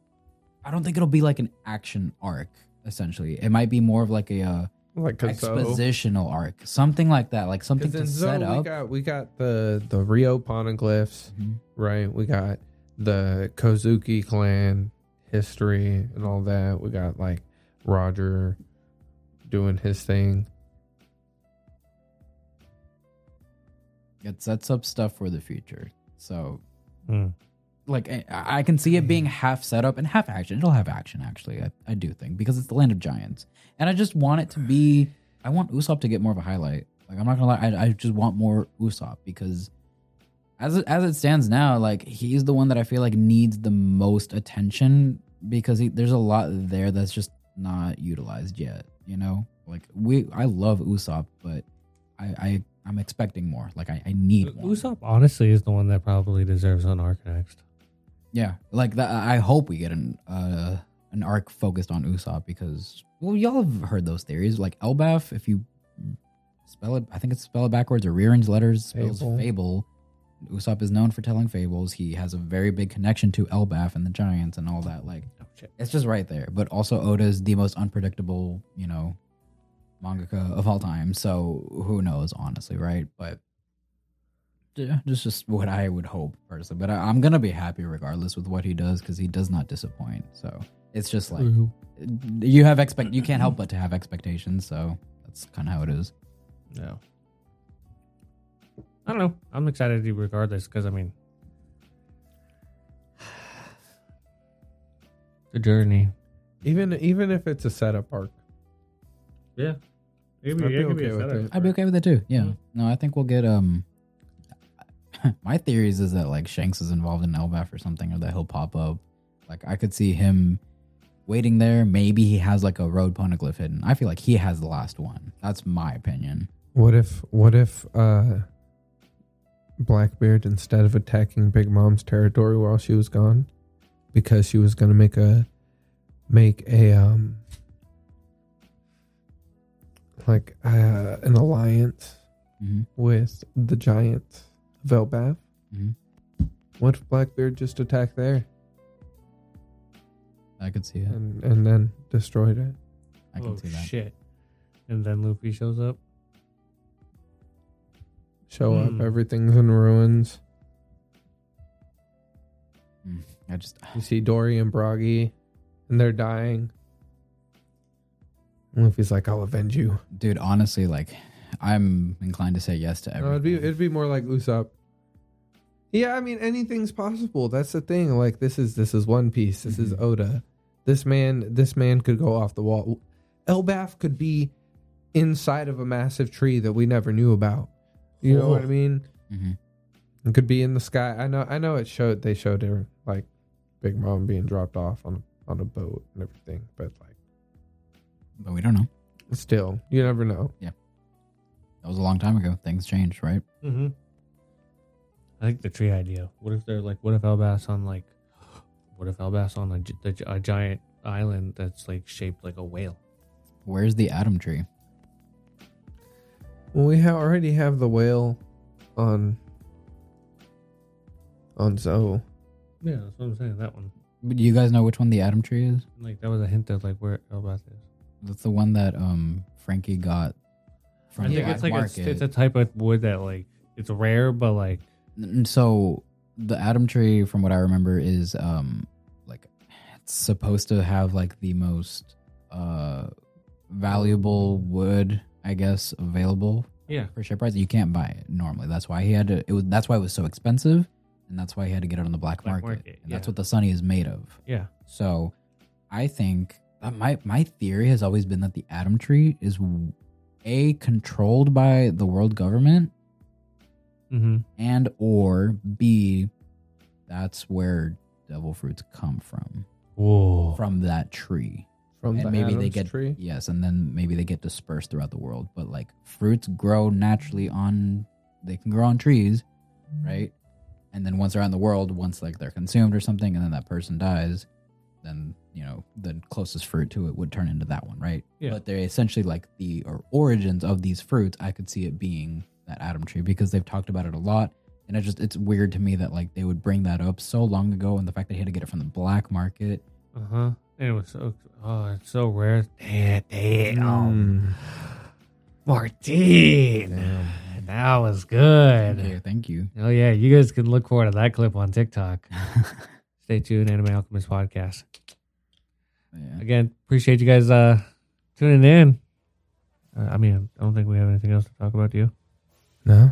Speaker 2: I don't think it'll be like an action arc essentially. It might be more of like a uh,
Speaker 3: Like 'cause so-
Speaker 2: expositional arc, something like that, like something to
Speaker 3: 'cause in Zo,
Speaker 2: set
Speaker 3: we
Speaker 2: up.
Speaker 3: got we got the the Rio Poneglyphs,
Speaker 2: Mhm.
Speaker 3: right? We got the Kozuki clan history and all that. We got like Roger doing his thing.
Speaker 2: It sets up stuff for the future. So like I- I can see it being half setup and half action. It'll have action actually. I, I do think because it's the land of giants, and I just want it to be. I want Usopp to get more of a highlight. Like I'm not gonna lie, I, I just want more Usopp because as it, as it stands now, like he's the one that I feel like needs the most attention because he, there's a lot there that's just not utilized yet. You know, like we I love Usopp, but I, I I'm expecting more. Like I, I need more.
Speaker 1: Usopp honestly is the one that probably deserves an arc next.
Speaker 2: Yeah, like that. I hope we get an uh, an arc focused on Usopp because well, y'all have heard those theories. Like Elbaf, if you spell it, I think it's spell it backwards or rearrange letters, spells
Speaker 3: Fable.
Speaker 2: fable. Usopp is known for telling fables. He has a very big connection to Elbaf and the giants and all that. Like it's just right there. But also, Oda is the most unpredictable, you know, mangaka of all time. So who knows, honestly, right? But yeah, that's just what I would hope personally. But I, I'm gonna be happy regardless with what he does because he does not disappoint. So it's just like you have expect you can't help but to have expectations. So that's kind of how it is.
Speaker 1: Yeah. I don't know. I'm excited to regardless because I mean, the journey.
Speaker 3: Even even if it's a setup arc,
Speaker 1: Yeah. Maybe,
Speaker 3: I'd be okay with it.
Speaker 2: I'd be okay with that too. Yeah.
Speaker 1: Mhm.
Speaker 2: No, I think we'll get um. My theories is that like Shanks is involved in Elbaf or something, or that he'll pop up. Like I could see him waiting there. Maybe he has like a road poneglyph hidden. I feel like he has the last one. That's my opinion.
Speaker 3: what if what if uh Blackbeard instead of attacking Big Mom's territory while she was gone, because she was gonna make a make a um like uh, an alliance
Speaker 2: Mhm.
Speaker 3: with the giant Velbath.
Speaker 2: Mhm.
Speaker 3: What if Blackbeard just attacked there
Speaker 2: I could see it.
Speaker 3: and, and then destroyed it?
Speaker 2: I can
Speaker 1: oh,
Speaker 2: see that.
Speaker 1: shit. And then Luffy shows up.
Speaker 3: Show
Speaker 1: Hmm.
Speaker 3: up, everything's in ruins.
Speaker 2: I just
Speaker 3: You see Dory and Broggy, and they're dying. And Luffy's like, "I'll avenge you."
Speaker 2: dude, honestly, like I'm inclined to say yes to
Speaker 3: No,
Speaker 2: everything.
Speaker 3: it'd be it'd be more like Usopp. Yeah, I mean anything's possible. That's the thing. Like this is this is One Piece. This is
Speaker 2: Mhm.
Speaker 3: Oda. This man this man could go off the wall. Elbaf could be inside of a massive tree that we never knew about. You know what I
Speaker 1: Oh.
Speaker 3: mean?
Speaker 2: Mhm.
Speaker 3: It could be in the sky. I know. I know. It showed. They showed her like Big Mom being dropped off on on a boat and everything. But like,
Speaker 2: but we don't know.
Speaker 3: still, you never know.
Speaker 2: That was a long time ago. Things changed, right?
Speaker 1: Mm-hmm. I think the tree idea. What if they're like, what if Elbas on like, what if Elbas on a, gi- the gi- a giant island that's like shaped like a whale?
Speaker 2: Where's the atom tree?
Speaker 3: Well, we ha- already have the whale on on Zoe.
Speaker 1: Yeah, that's what I'm saying. That one.
Speaker 2: But Do you guys know which one the atom tree is?
Speaker 1: Like, that was a hint of like where Elbas is.
Speaker 2: That's the one that um Frankie got from
Speaker 1: I
Speaker 2: the
Speaker 1: think
Speaker 2: black
Speaker 1: it's like
Speaker 2: market.
Speaker 1: a, it's a type of wood that like it's rare, but like
Speaker 2: N- so the atom tree, from what I remember, is um like it's supposed to have like the most uh valuable wood, I guess, available
Speaker 1: yeah,
Speaker 2: for ship price. You can't buy it normally. That's why he had to. It was that's why it was so expensive, and that's why he had to get it on the black,
Speaker 1: Black
Speaker 2: market.
Speaker 1: market,
Speaker 2: And that's
Speaker 1: yeah.
Speaker 2: what the sunny is made of.
Speaker 1: yeah.
Speaker 2: So I think uh, my my theory has always been that the atom tree is w- a controlled by the world government
Speaker 1: Mm-hmm.
Speaker 2: and or b that's where devil fruits come from
Speaker 1: Whoa.
Speaker 2: from that tree
Speaker 3: from
Speaker 2: and
Speaker 3: the
Speaker 2: maybe they
Speaker 3: Adam's
Speaker 2: get
Speaker 3: tree.
Speaker 2: yes and then maybe they get dispersed throughout the world but like fruits grow naturally on they can grow on trees right and then once they're out in the world once like they're consumed or something and then that person dies then you know the closest fruit to it would turn into that one right
Speaker 1: Yeah.
Speaker 2: but they're essentially like the or origins of these fruits i could see it being that adam tree because they've talked about it a lot and it just it's weird to me that like they would bring that up so long ago and the fact that he had to get it from the black market
Speaker 1: Uh huh. And it was so oh, it's so rare. Damn, damn.
Speaker 3: Mm.
Speaker 1: Martine, that was good.
Speaker 2: okay thank you
Speaker 1: Oh yeah, you guys can look forward to that clip on TikTok. Stay tuned, Anime Alchemist podcast.
Speaker 2: Yeah.
Speaker 1: Again, appreciate you guys uh tuning in. Uh, I mean, I don't think we have anything else to talk about. Do you?
Speaker 3: Hmm. No,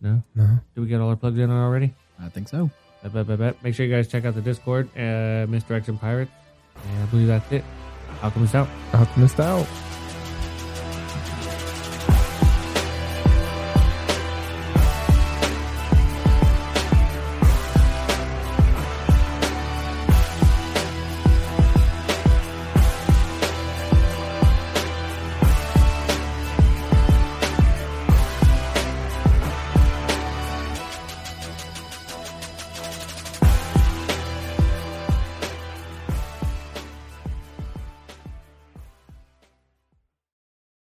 Speaker 1: No.
Speaker 3: no.
Speaker 1: Did we get all our plugs in already?
Speaker 2: I think so.
Speaker 1: Bet, bet, bet, bet. Make sure you guys check out the Discord, uh, Misdirection Pirates. And I believe that's it. Alchemist out.
Speaker 3: Alchemist out.